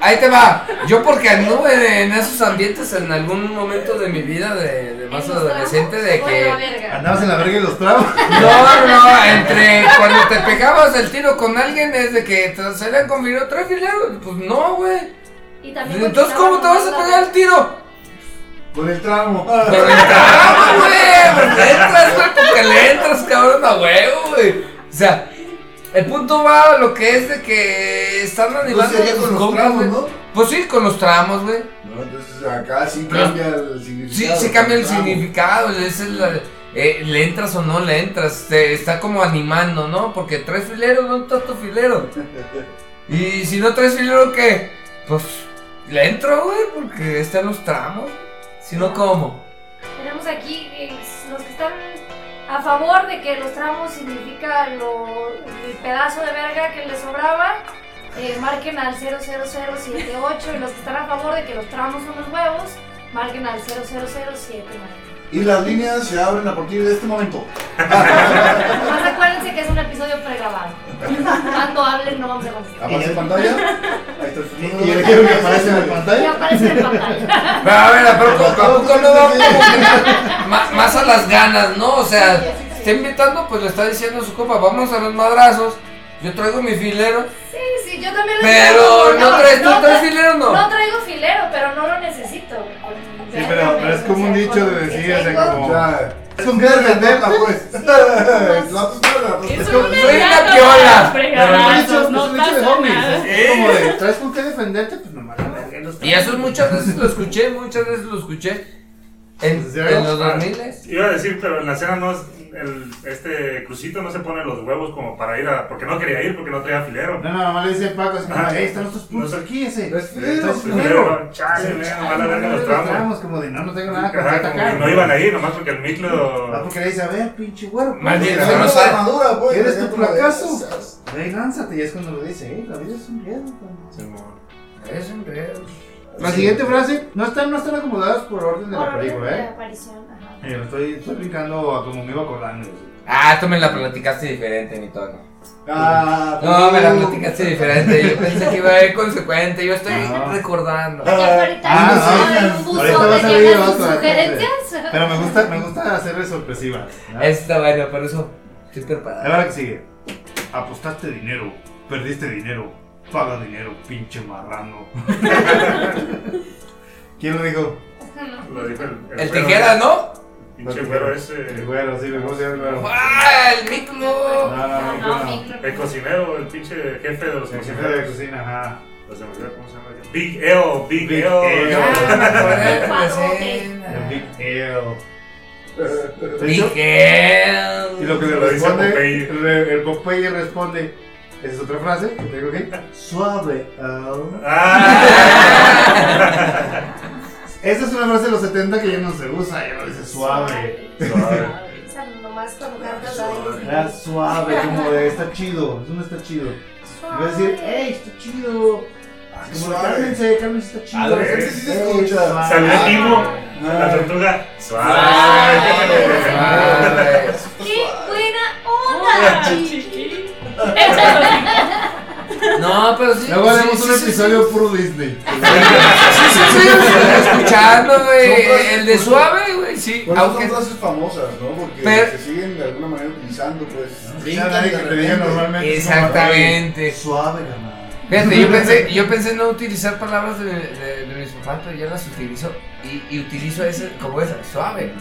D: ahí te va. Yo porque anduve en esos ambientes en algún momento de mi vida de, de más
E: En los
D: adolescente
E: tramos,
D: de
E: bueno, la
D: que.
E: verga.
B: Andabas en la verga y los tramos.
D: No, no, entre cuando te pegabas el tiro con alguien es de que te salían con video tres fileros. Pues no, güey.
E: Y también
D: Entonces, ¿cómo te vas a pegar el tiro?
C: Con el tramo.
D: Pero entraba, güey. Pues le entras, güey, porque le entras, cabrón, a huevo, güey. O sea, el punto va a lo que es de que están animando
C: Pues sería
D: a sus
C: con los
D: compas,
C: tramos,
D: güey.
C: ¿no?
D: Pues sí, con los tramos, güey.
C: No, entonces acá sí
D: Pero-
C: cambia el
D: Sí,
C: significado.
D: sí cambia el
C: Tramo.
D: significado. es el- eh, le entras o no le entras. Te está como animando, ¿no? Porque traes filero, no tanto [laughs] filero. Y si no traes filero, ¿qué? Pues le entro, güey, porque están los tramos. Si no, [laughs] ¿cómo?
E: Tenemos aquí eh, los que están a favor de que los tramos significa lo, el pedazo de verga que les sobraba. eh, marquen al 00078 y los que están a favor de que los tramos son los huevos, marquen al 00079.
C: Y las líneas se abren a partir de este momento.
E: Además acuérdense que es un episodio pregrabado. Cuando hablen no vamos a contestar.
C: Aparece
B: [laughs]
C: en pantalla. Ahí está el teléfono.
B: Y el ejemplo que aparece
C: [laughs]
B: en la pantalla.
E: Ya aparece en pantalla.
D: Ah, Pero a ver, ¿a poco, a poco no va como que ma- más a las ganas, no? O sea, está invitando, pues le está diciendo a su copa, vamos a los madrazos. Yo traigo mi filero,
E: Sí, sí, yo también lo
D: pero
E: necesito.
D: no traes, ¿tú traes
E: tra-
D: filero o
E: No
D: no?
E: traigo filero, pero no lo necesito.
B: Sí, pero, pero es como un dicho de decir, o sea, como.
C: Ya.
B: Es un verga,
C: Ah,
B: [laughs]
C: pues. [laughs] La pues, verga, pues.
H: Es
B: como-
H: una
D: soy una
H: llanta
D: piola, pero
H: para los fregadazos, no pasa nada.
B: Es como de, ¿traes con qué defenderte? Pues nomás la verga y los
D: Y eso muchas veces lo escuché, muchas veces lo escuché. En, en los 2000
G: Iba a decir, pero en la cena no es. el, este Crucito no se pone los huevos como para ir a. Porque no quería ir, porque no traía filero.
B: No, no, nomás le dice Paco, así como,
G: Ah.
B: "Ey, están nuestros puntos
G: No sé.
B: aquí, ese.
C: No es filero,
B: Entonces,
C: es
B: primero.
G: filero. Pues Chale,
B: Dice,
G: nena,
B: "Ay,
G: mala
B: no,
G: verga,
B: no
G: los
B: los
G: tramos".
B: tramos, como de, no, no tengo nada
G: Ajá,
B: que
G: como que
B: atacar.
G: no iban ahí, nomás porque el
B: Ah,
G: micro.
B: porque le dice, a ver, pinche güero.
D: Más bien,
B: güey,
D: no
C: no
D: nos sabe.
C: armadura, pues.
B: ¿Eres
C: acá
B: tu
C: como de-
B: fracaso? Güey, lánzate, y es cuando le dice, "Ey, la vida es un riesgo. cabrón".
D: Es un real.
B: La siguiente frase, no están, no están acomodados por orden de
E: Por
B: la
E: orden
B: película,
E: de
B: ¿eh?
E: aparición. ajá.
B: Eh, lo estoy, estoy brincando a como me iba acordando. güey.
D: Ah, tú me la platicaste diferente, mi tono.
C: Ah,
D: No, me la
C: tú.
D: platicaste diferente. Yo pensé que iba a ser consecuente. Yo estoy
B: No.
D: recordando.
E: Porque ahorita
B: Ah,
E: no,
C: sí.
E: en un
B: Ahorita
E: buzón
B: va a
E: me
B: salir
E: llegan sus
B: otro,
E: sugerencias.
B: [laughs] Pero me gusta, me gusta hacerle sorpresiva. ¿no?
D: Está bueno, por eso estoy
B: Ahora
D: preparado.
B: que sigue. Apostaste dinero, perdiste dinero, paga dinero, pinche
D: [laughs]
B: marrano. ¿Quién lo dijo?
G: Lo dijo el.
D: El
G: güero.
D: tijera, ¿no?
G: Pinche güero ese.
B: El güero, sí, me gusta el güero.
D: ¡Ah! El micro.
B: No, no, no,
E: No,
B: no.
E: micro.
G: El cocinero, el pinche jefe de los
B: El jefe de
G: cocineros.
B: cocina, ajá.
G: Los de Madrid, ¿Cómo se llama? Big Eo, Big
B: Big
G: Eo.
B: Eo.
E: El padrote.
B: El Big
D: Miguel.
B: L. De hecho, Y
D: Miguel.
B: lo que le
G: Lo dice
B: responde,
G: Popeye.
B: el, el Popeye responde, esa es otra frase que tengo aquí, [laughs] suave. ah.
G: Ah.
B: Esa es una frase de los 70 que ya no se usa, ya no dice suave.
G: Suave.
E: Esa nomás cuando cantas la de
B: Era suave, como de está chido, eso no está chido. Y va a decir, ey, está chido.
C: Ah,
B: Como de
C: suave.
B: cálmense, cálmense, está
C: A
B: chido.
C: la gente sí se
B: Ey,
C: escucha.
B: suave.
G: [laughs] Salió el timo, la
B: Ah.
G: tortuga.
C: Ah.
E: Suave.
G: Suave.
B: [laughs]
E: ¡Qué buena onda,
H: Hola,
E: chiqui!
H: chiqui. Eso
D: No, pero sí.
B: Luego
D: sí,
B: haremos
D: sí,
B: un
D: sí,
B: episodio puro Disney.
D: Sí, sí, sí, sí, sí, escuchando,
C: Son
D: güey.
C: frases
D: El de
C: muy-
D: suave, güey, sí.
C: Bueno,
D: Aunque.
C: son frases famosas, ¿no? Porque
D: Pero-
C: se siguen de alguna manera utilizando, pues.
B: O sea, Ah, nadie que te diga normalmente. es como,
D: Exactamente.
B: "Ey, Suave, carnal.
D: Fíjate, yo pensé, yo pensé no utilizar palabras de, de, de mis papás, pero ya las utilizo. Y, y utilizo ese como esa, suave.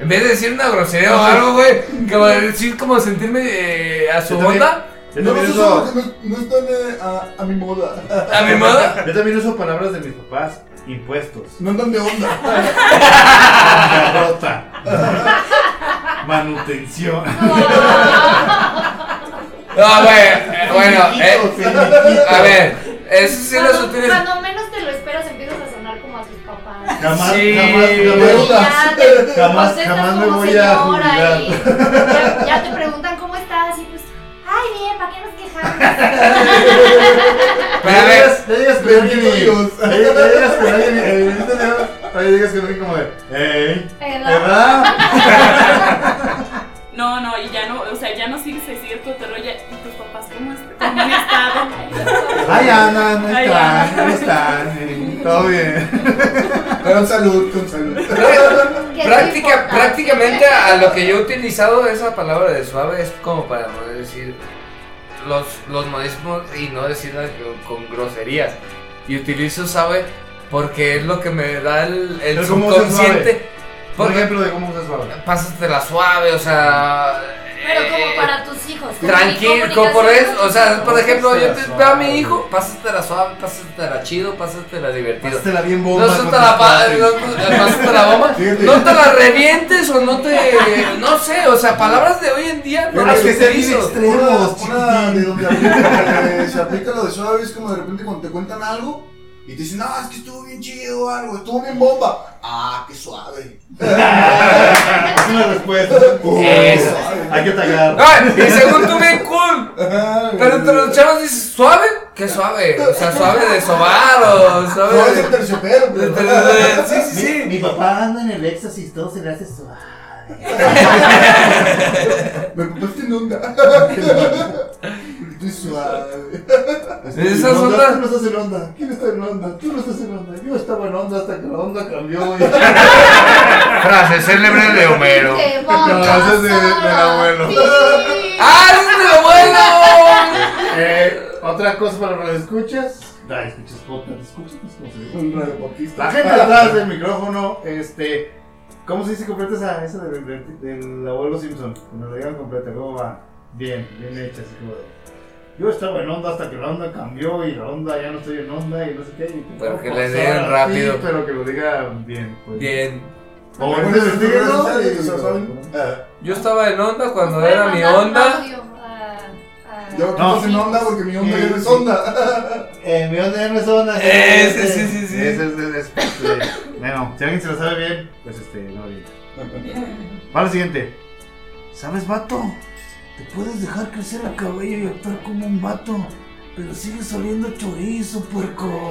D: En vez de decir una grosería o algo, güey, como decir como sentirme eh, a su
B: Yo también-
D: onda,
B: Yo
C: No, no,
B: también
C: eso
B: uso-
C: no, no están eh, a, a mi moda. [laughs]
D: a mi moda.
B: yo también uso palabras de mis papás, impuestos.
C: No andan de onda.
B: Bancarrota. Manutención.
D: No, güey, eh, bueno, [laughs] eh,
B: Finiquito.
D: a ver, eso sí las
E: Cuando,
D: utilizo.
E: cuando menos te lo esperas, empiezas a sonar como a tus papás.
B: Jamás,
D: Sí.
B: jamás,
E: Y
B: jamás.
E: Pues ya te
B: [laughs] Jamás-
E: contestas
B: jamás me
E: como
B: voy a
E: señora y ya, ya te preguntan cómo estás y pues, ay bien, ¿para qué nos
B: [laughs]
E: quejamos?
D: Pero a ver,
B: Ya digas con alguien y. Ya digas con alguien y. eh, ahorita te- Ahí digas con alguien como de. ¡Ey!
E: ¿Verdad?
B: ¿Verdad?
H: No, no, y ya no, o sea, ya no sigues, se sigue el cotorreo, ya, y tus papás, ¿cómo,
D: [laughs]
H: est- cómo han estado?
B: Ay, Ana, no
H: Ay,
B: están,
H: Ana.
B: no están. eh, Todo bien.
C: Con salud, con
D: [laughs]
C: salud.
E: Que es
D: práctica-
E: importante.
D: prácticamente a lo que yo he utilizado esa palabra de suave es como para no decir los, los modismos y no decirlas con, con groserías. Y utilizo suave porque es lo que me da el, el
B: Pero ¿cómo usas
D: subconsciente.
B: Por
D: Porque
B: ejemplo, de cómo usas palabras.
D: pásate la suave, o sea.
E: Pero como
D: eh,
E: para tus hijos. como
D: Tranquilo,
E: mi
D: como por
E: comunicación
D: eso, o sea, por ejemplo, yo te
B: Pásatela
D: veo a mi
B: suave.
D: hijo, pásatela suave, pásatela chido, pásatela divertido.
B: Pásatela bien bomba.
D: No se
B: con
D: te
B: tus
D: la pa-
B: padres.
D: no, no- no se te la bomba,
C: Fíjate.
D: no te la revientes o no te, no sé, o sea, palabras de hoy en día no
C: Pero
D: las
C: es que
B: sea bien
D: utilizo.
B: extremo.
C: Una,
B: Extremos,
C: una de
B: chiquitín.
C: donde aplica- eh, se aplica lo de suave es como de repente cuando te cuentan algo y te dicen, no, es que estuvo bien chido o algo, estuvo bien bomba. Ah, qué suave.
B: Es una respuesta.
C: Oh,
D: Eso.
C: suave.
B: Hay que atacar.
D: Ah, y según tú bien cool,
C: Ajá,
D: pero
C: [laughs]
D: entre
C: güey.
D: los chavos dices, ¿suave? ¿Qué suave? O sea, suave de sobar o suave
C: No es
D: de...
C: el
D: [laughs]
C: terciopelo,
D: de-
C: pero-
D: de- de- Sí, sí, sí.
B: Mi papá anda en el éxtasis, todo se le hace suave.
C: Me ocupaste en onda. Estoy suave.
D: Esas
B: No,
D: ondas-
B: Tú no estás en onda. ¿Quién está en onda? Tú no estás en onda. Yo estaba en onda hasta que la onda [laughs] cambió. Y...
D: Frase célebre de Homero.
E: Te va
B: Te conoces de-
E: pasar
B: del abuelo.
E: Sí.
D: [laughs] ¡Ah, ese es de abuelo!
B: eh, Otra cosa para los escuchas. Da, escuchas podcast, escuchas. pues, no sé.
C: Un radioportista.
B: La gente atrás del micrófono, este. ¿Cómo se dice completa esa, esa del, del, del abuelo Simpson? Que nos la digan completa, ¿cómo va? Bien, bien hecha, así como de. Yo estaba en onda hasta que la onda cambió y la onda ya no estoy en onda y no sé qué. y-
D: Pero que le
B: Sí,
D: den rápido.
B: pero que lo diga bien. Pues.
D: Bien.
B: O
C: Bueno,
B: bueno,
C: investiguenlo
B: sí,
C: y-
B: sí, sí.
C: ¿saben?
B: Ah,
D: Yo estaba en onda cuando
E: Pueden
D: era mi
E: mandar un
D: onda.
E: audio a- a-
C: Yo
B: No.
C: no. en onda porque mi onda
B: Sí,
C: ya no es
B: sí.
C: onda.
B: eh, mi onda ya no es onda, sí,
D: Ese,
B: este,
D: sí, sí, sí.
B: ese, ese, ese, este, Bueno, si alguien se lo sabe bien, pues este, no ahorita. Va al siguiente.
I: ¿Sabes, vato? Te puedes dejar crecer el cabello y actuar como un vato, pero sigue oliendo a chorizo, puerco.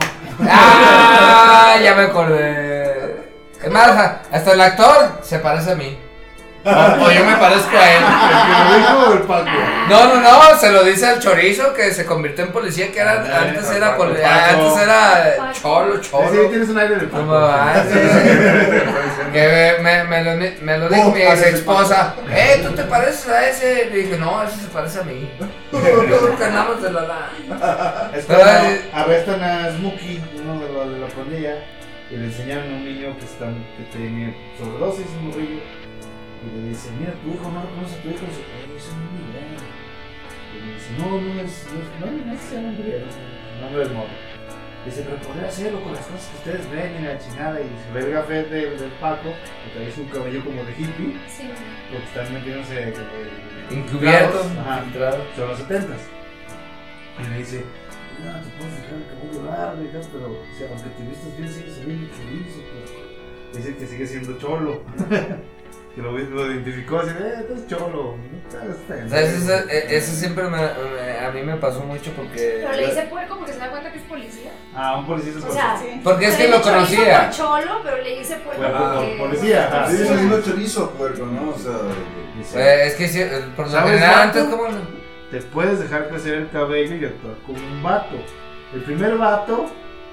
D: ¡Ah! Ya me acordé. Es más, hasta el actor se parece a mí. O, o yo me parezco a él.
B: ¿El que lo dijo o el Paco?
D: No, no, no, se lo dice al chorizo que se convirtió en policía, que era,
B: Ah,
D: antes,
B: al
D: era,
B: Paco,
D: col-
B: Paco.
D: antes era cholo,
B: Sí,
D: cholo.
B: tienes un aire de
D: No
B: Paco.
D: me
B: [laughs]
D: va,
G: Paco.
D: Que me, me, me lo, me lo dijo
C: Oh,
D: mi ex
C: parece
D: esposa. Eh, ¿tú te pareces a ese? Le dije, no, ese se parece
B: [laughs]
D: a mí. Yo creo que andamos de la la.
B: Es
D: Pero,
B: cuando
D: eh,
B: arrestan a Smokey, uno de los de la pandilla, y le enseñaron a un niño que, está, que tiene sobredosis, un morrillo, y le dicen, mira, tu hijo no reconoce a tu hijo, y dice, "Ay, es un niño. Y le dice, no, no es, no, es- no, no es el nombre, el nombre del morro. Dice, pero podría hacerlo con las cosas que ustedes ven y la chingada, y se ve el café del, del Paco, que trae su cabello como de hippie,
E: Sí.
B: porque están metiéndose... eh, clavos,
D: Encubierto.
B: Ajá
D: Infiltrado.
B: son los 70 Y le dice, mira, te puedes dejar el cabello largo, y tal, pero o sea, aunque te vistas bien, sigue siendo chorizo. Pero... Dice que sigue siendo cholo. [laughs] que lo, lo identificó así, de, eh, tú eres cholo. no te hagas
D: O
B: pendejo".
D: sea, Eso, eso- eh, eso siempre me- me- a mí me pasó mucho porque...
E: Pero le dice puerco porque se da cuenta que es policía.
B: Ah, un policía se
E: O sea,
F: Sí.
D: Porque es
E: Pero
D: que
E: le
D: lo
E: dice chorizo
D: conocía.
E: por cholo, pero le dice puerco
B: Bueno,
E: porque-
B: por- policía, ajá.
C: Ah, Sí,
E: Sí.
C: es un chorizo, puerco, ¿no? O sea,
B: Dice,
D: Eh, es que sí, eh, por lo
B: ¿Sabes,
D: general
B: vato?
D: antes como... no?
B: te puedes dejar crecer el cabello y actuar como un vato. El primer vato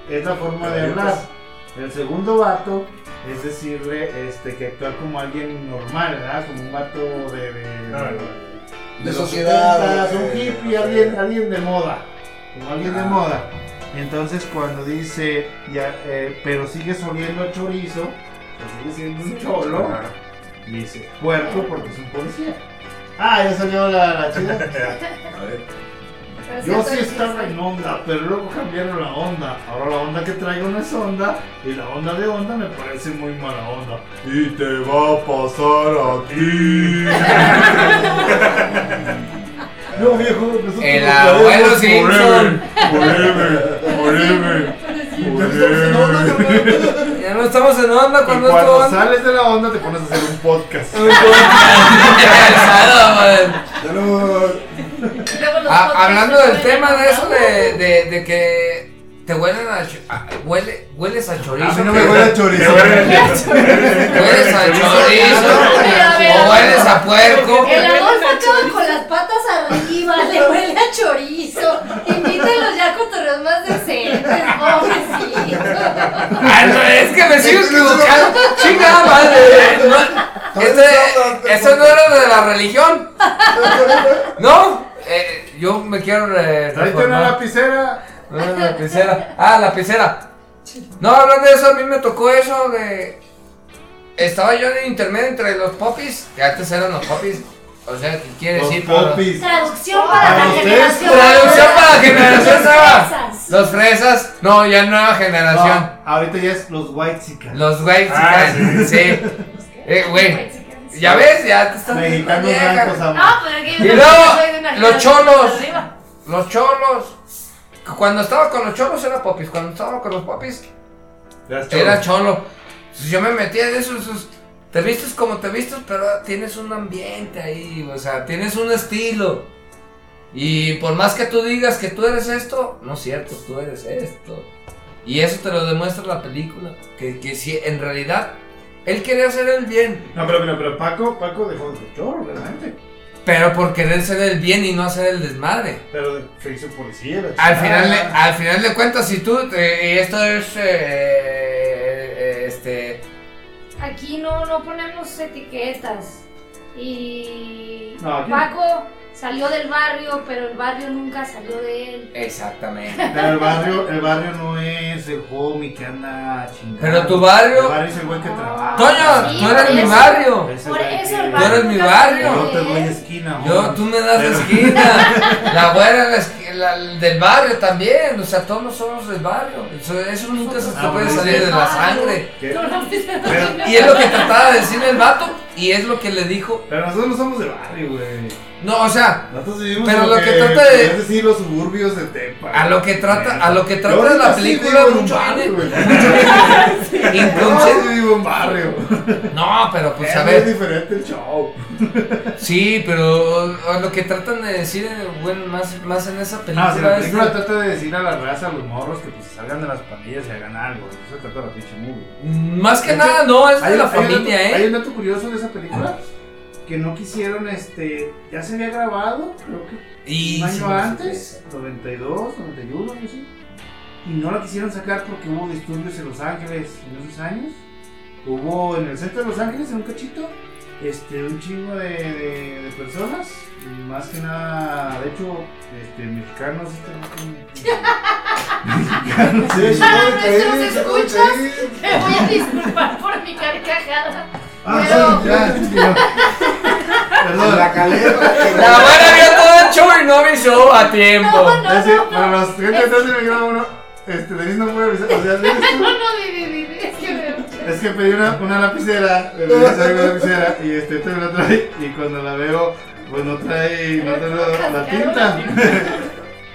B: es la forma de hablar. El segundo vato es decirle este, que actuar como alguien normal, ¿verdad? Como un vato de- de-
G: No,
B: de
G: no.
C: de
B: los
C: sociedad.
B: 70s, un
C: eh,
B: hippie,
C: no sé.
B: alguien, alguien de moda. Como alguien de
C: Ah.
B: moda. Y entonces cuando dice, ya, eh, pero sigue oliendo a chorizo, pues sigue siendo un cholo.
C: Ah,
G: Ajá.
B: Y dice, puerco porque es un policía. Ah, ya salió la, la chida.
C: Ah. A [laughs] ver,
E: pero
B: Yo
E: es
B: sí
E: policía.
B: estaba en onda, pero luego cambiaron la onda. Ahora la onda que traigo no es onda, y la onda de onda me parece muy mala onda. Y te va a pasar
D: [laughs]
B: aquí. no, viejo, nosotros
D: El
B: nos
D: abuelo
B: queremos
D: Simpson.
B: Forever, forever,
C: Entonces, no, no,
B: forever.
C: no, no, no.
D: Ya no estamos en onda
B: Y
D: cuando estuvo
B: cuando
D: [laughs] onda.
B: sales de la onda te pones a hacer un podcast.
D: Cansado, man.
C: Ya no.
E: Y luego los
D: Ah,
E: podcasts
D: hablando
E: se
D: del
E: ponen
D: tema de eso
E: enamorados.
D: de, de, de que te huelen a, cho- a- huele, hueles a chorizo.
C: A mí no
D: que-
C: me huele a
G: Te
C: chorizo.
G: huele a chorizo.
D: Hueles a chorizo.
E: Mira, mira,
D: O hueles a puerco.
E: El Adolfo acaba con las patas arriba, le huele a chorizo. Invítenlos ya a cotorreos más decentes, pobrecito.
D: Ah, no, es que me sigo equivocando. Chingada madre. No, este, eso no era de la religión. No. eh, yo me quiero. eh,
B: Tráete una
D: reformar.
B: lapicera.
D: No, la lapicera. Ah, lapicera. No, hablando de eso, a mí me tocó eso de. Estaba yo en el intermedio entre los popis, que antes eran los popis. O sea, ¿qué quiere
B: Los
D: decir?
B: popis.
E: Traducción para la
B: Ah, ustedes,
E: generación.
D: traducción para la generación, Saba.
E: Fresas.
D: Los fresas, no, ya nueva
B: No,
D: generación.
B: Ah, ahorita ya es los white chicas.
D: Los güey,
G: Ah,
D: sí.
G: sí.
D: Eh, güey. Ya ves, ya te estás.
B: Mexicanos
D: vieja.
B: blancos, amor.
E: No, pero es que
D: Y
E: yo
D: luego,
E: soy de una
D: los
E: generación
D: cholos.
E: más arriba.
D: Los cholos. Cuando estaba con los cholos era popis. Cuando estaba con los popis
G: Las cholas.
D: Era cholo. Entonces, yo me metía en eso. esos- te vistes como te vistes, pero tienes un ambiente ahí, o sea, tienes un estilo. Y por más que tú digas que tú eres esto, no es cierto, tú eres esto. Y eso te lo demuestra la película. Que, que si en realidad él quería hacer el bien,
B: No, pero, pero, pero Paco, Paco dejó de ser chorro, realmente.
D: pero por querer ser el bien y no hacer el desmadre.
B: Pero de- se hizo policía. la chingada.
D: Al final, de, al final de cuentas, si tú, eh, y esto es, eh, eh, este,
E: Aquí no, no ponemos etiquetas. Y
B: No, aquí-
E: Paco salió del barrio, pero el barrio nunca salió de él.
D: exactamente.
B: Pero el barrio, el barrio no es el homie que anda chingando.
D: Pero tu barrio,
B: El barrio es el güey que trabaja.
D: Toño,
E: Sí,
D: tú eres
E: por
D: mi
E: eso.
D: barrio.
B: Ese
E: Por
B: güey
E: eso
B: que-
E: el
D: Tú
E: barrio.
D: eres mi
E: nunca
D: barrio.
E: salió
B: Yo
E: de
B: te voy
E: él.
B: esquina.
D: Yo,
B: amor.
D: tú me das la
B: Pero-
D: esquina. La güera en la esquina. la- del barrio también, o sea, todos no somos del barrio. Eso, eso nunca se te
B: Ah,
D: puede
B: bueno,
D: salir
B: sí.
D: de la sangre.
B: ¿Qué?
H: [laughs]
D: Pero- y es lo que trataba de decirle el vato, y es lo que le dijo.
B: Pero nosotros no somos de barrio, güey.
D: No, o sea,
B: Nosotros vivimos
D: Pero
B: en
D: lo que trata de-
B: podrías decir, los suburbios de Tepa.
D: a lo que trata, a lo que trata
B: Yo
D: la
B: ahorita sí
D: película
B: vivo en un
D: mucho
B: barrio,
D: viene-
B: güey.
C: [laughs]
B: Yo
D: incluso-
B: sí vivo en barrio.
D: No, pero pues a
B: Es
D: ver.
B: muy diferente el show.
D: Sí, pero a lo que tratan de decir, eh, bueno, más, más en esa película.
B: No, si Ah, la
D: es
B: película
D: de-
B: trata de decir a la raza, a los morros, que pues salgan de las pandillas y hagan algo. de Eso se trata la pinche movie.
D: Más que
B: Hay-
D: nada, no, es de la
B: un dato-
D: familia,
B: Hay
D: ¿eh?
B: un dato curioso de esa película que no quisieron, este, ya se había grabado, creo que
D: Y
B: un
D: sí,
B: año
D: no sé
B: antes, 92, 91, algo así. Y no la quisieron sacar porque hubo disturbios en Los Ángeles en esos años. Hubo en el centro de Los Ángeles, en un cachito, este, un chingo de, de- de personas. y más que nada, de hecho, este, mexicanos. este, mexicanos,
C: Sí,
B: sí.
C: se
D: Ah,
C: acaba de caer,
E: nuestros
C: se acaba de
E: escuchas.
C: caer.
E: Me voy a disculpar por mi carcajada.
B: Ah,
E: Pero-
B: sí, ya, sí, ya. Perdón, la [laughs]
D: se- La buena vio todo el show y no avisó a tiempo.
E: No, no,
B: Es
E: no,
B: decir,
E: no.
B: para los que detrás del micrófono, este, Denise no puede avisar. O sea, Denise tú-
E: No, no, Vivi, Vivi, es que me.
B: Es que pedí una, una lapicera, le pedí una lapicera y este este me la trae y cuando la veo, pues no trae, no trae la, la [laughs] tinta.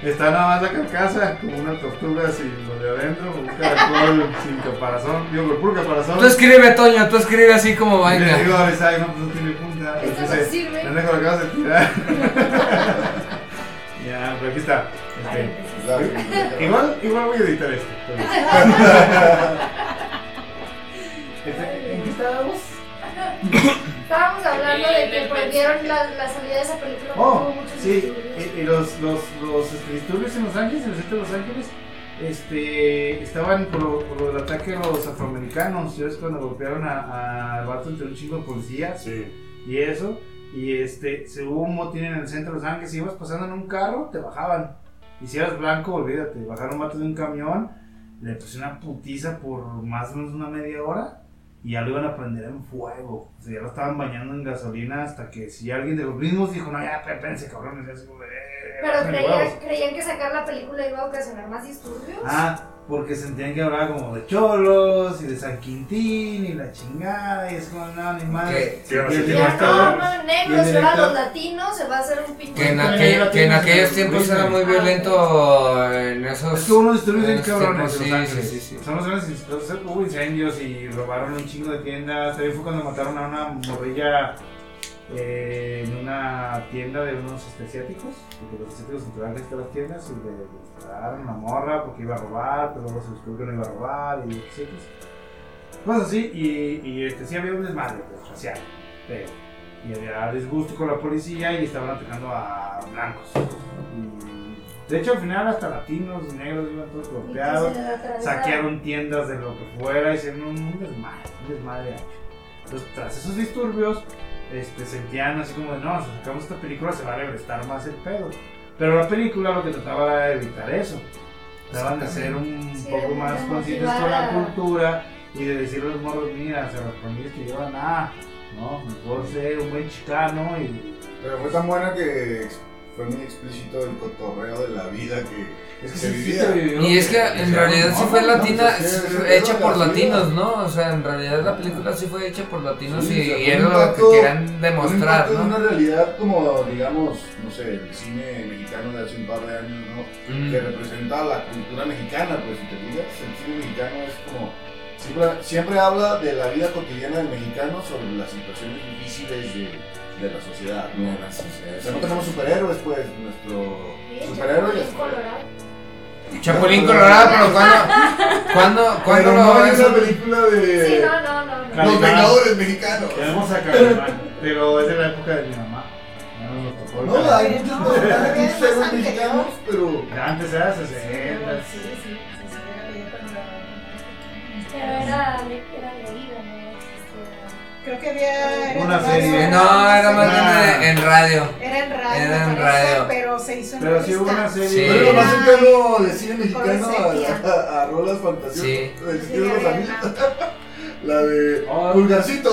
B: Está nada más la carcasa, como una tortuga sin lo de adentro, como un caracol [laughs] sin caparazón, digo, por puro caparazón.
D: Tú escribe, Toño, tú escribe así como
B: Y le
D: vaina.
B: digo a Avisai, no, pues no tiene punta.
E: Esto no
B: Entonces,
E: sirve.
B: Pendejo, lo acabas de tirar. ya, pero aquí está. Este, Igual, igual voy a editar esto. Este, ¿En qué estábamos?
E: Estábamos hablando de que prohibieron la, la salida de esa película. porque
B: Oh,
E: hubo muchos
B: sí,
E: disturbios.
B: y, y los, los, los este, disturbios en Los Ángeles, en el centro de Los Ángeles, este, estaban por, lo- por lo del ataque a los afroamericanos, ¿sabes? Cuando golpearon a, a al vato entre un chingo de policías
G: Sí.
B: y eso, y este, se hubo un motín en el centro de Los Ángeles, si ibas pasando en un carro, te bajaban, y si eras blanco, olvídate, bajaron vato de un camión, le pusieron una putiza por más o menos una media hora, y ya lo iban a prender en fuego. O sea, ya lo estaban bañando en gasolina hasta que si alguien de los mismos dijo, no, ya, espérense, cabrones, ya se como de, eh,
E: Pero
B: bájenle huevos".
E: creían, creían que sacar la película iba a ocasionar más disturbios.
B: Ah, porque sentían que hablaba como de cholos y de San Quintín y la chingada, y es como, no, ni madre.
D: Que,
G: Sí, ahora
B: Y
G: sí
B: el
G: que
E: Ya
G: más
B: director-
E: no,
G: cabrón.
E: no,
B: Y el
E: negros, y ahora
B: director-
E: los latinos se va a hacer un pues,
D: que
E: pinche.
D: en,
B: Bueno,
D: aquel-
B: ya la
D: que en
B: tienes,
D: aquellos
B: eh,
D: tiempos era
B: Disney.
D: muy violento en esos.
B: Es que hubo unos disturbios bien
D: en esos
B: cabrones
D: tiempos,
B: en Los Ángeles.
D: sí, sí, sí, sí.
B: Son los grandes incendios, hubo incendios y robaron un chingo de tiendas. También fue cuando mataron a una morrilla eh, en una tienda de unos este, asiáticos. Y que los asiáticos entraron a las tiendas y le dispararon a una morra porque iba a robar, pero luego se descubrió que no iba a robar y etc. Cosas así. Y, y este, sí había un desmadre, pues, racial. Pero, y había disgusto con la policía y estaban atacando a blancos. Y, de hecho, al final hasta latinos, negros, iban todos golpeados saquearon tiendas de lo que fuera, hicieron un, un desmadre, un desmadre. gacho. Entonces, tras esos disturbios, este, sentían así como de, no, si sacamos esta película se va a regresar más el pedo. Pero la película lo que trataba era de evitar eso. Trataban de ser un
E: Sí,
B: poco
E: de
B: más
E: motivar
B: conscientes con la
E: a-
B: cultura y de decir a los morros, mira, se las familias que llevan a, no, mejor ser un buen chicano y...
C: Pero fue tan buena que ex- fue muy explícito el cotorreo de la vida que
B: Es
C: se
B: sí, sí
C: vivía.
B: se vivió.
D: Y es que en realidad sí
C: no,
D: fue
C: no,
D: latina,
C: pues, es que-
D: hecha por
C: es la
D: latinos,
C: vida.
D: ¿no? O sea, en realidad la película sí fue hecha por latinos
C: Sí,
D: y,
C: o sea,
D: y
C: fue
D: era
C: un
D: lo que
C: impacto-
D: querían demostrar,
C: Un impacto de
D: ¿no?
C: Una realidad como, digamos, no sé, el cine mexicano de hace un par de años, ¿no?
D: Mm.
C: que representa la cultura mexicana, pues si te fijas, el cine mexicano es como, siempre, siempre habla de la vida cotidiana del mexicano sobre las situaciones difíciles de, de la sociedad, ¿no? O sea, no tenemos superhéroes, pues, nuestro superhéroe es...
D: Chapulín Colorado, pero cuando, cuando, cuando
C: Pero
D: lo
C: no es
D: eso-
C: una película
E: Sí,
C: de
E: no, no, no. no.
C: Los
B: Calimán.
C: Vengadores Mexicanos.
B: Tenemos a Calimán, pero es de la época de mi mamá. Ya nos lo tocó el
C: No,
B: Calimán.
C: hay muchos personajes héroes mexicanos, pero...
B: Antes era
F: Sí,
B: 60.
F: sí, sí, sí, sí, era bien, pero no.
E: Pero era, era leída, ¿no? Este,
F: Creo que había. era
B: Una
F: en radio,
B: serie.
D: No, era más bien
B: Ah.
D: en- en radio.
F: Era en radio.
D: Era en
F: me parece,
D: radio.
F: Pero se hizo en
B: Pero sí hubo
F: revista.
B: una serie.
D: Sí.
C: Pero lo más
F: Ay,
C: cercano de cine
F: con
C: mexicano
F: sepia.
C: a, a, a rolas fantasiosas
D: Sí.
C: del
F: Sí,
C: tío
F: había
C: Rosamil.
F: una-
C: La de
B: Oh. [laughs]
C: Pulgarcito.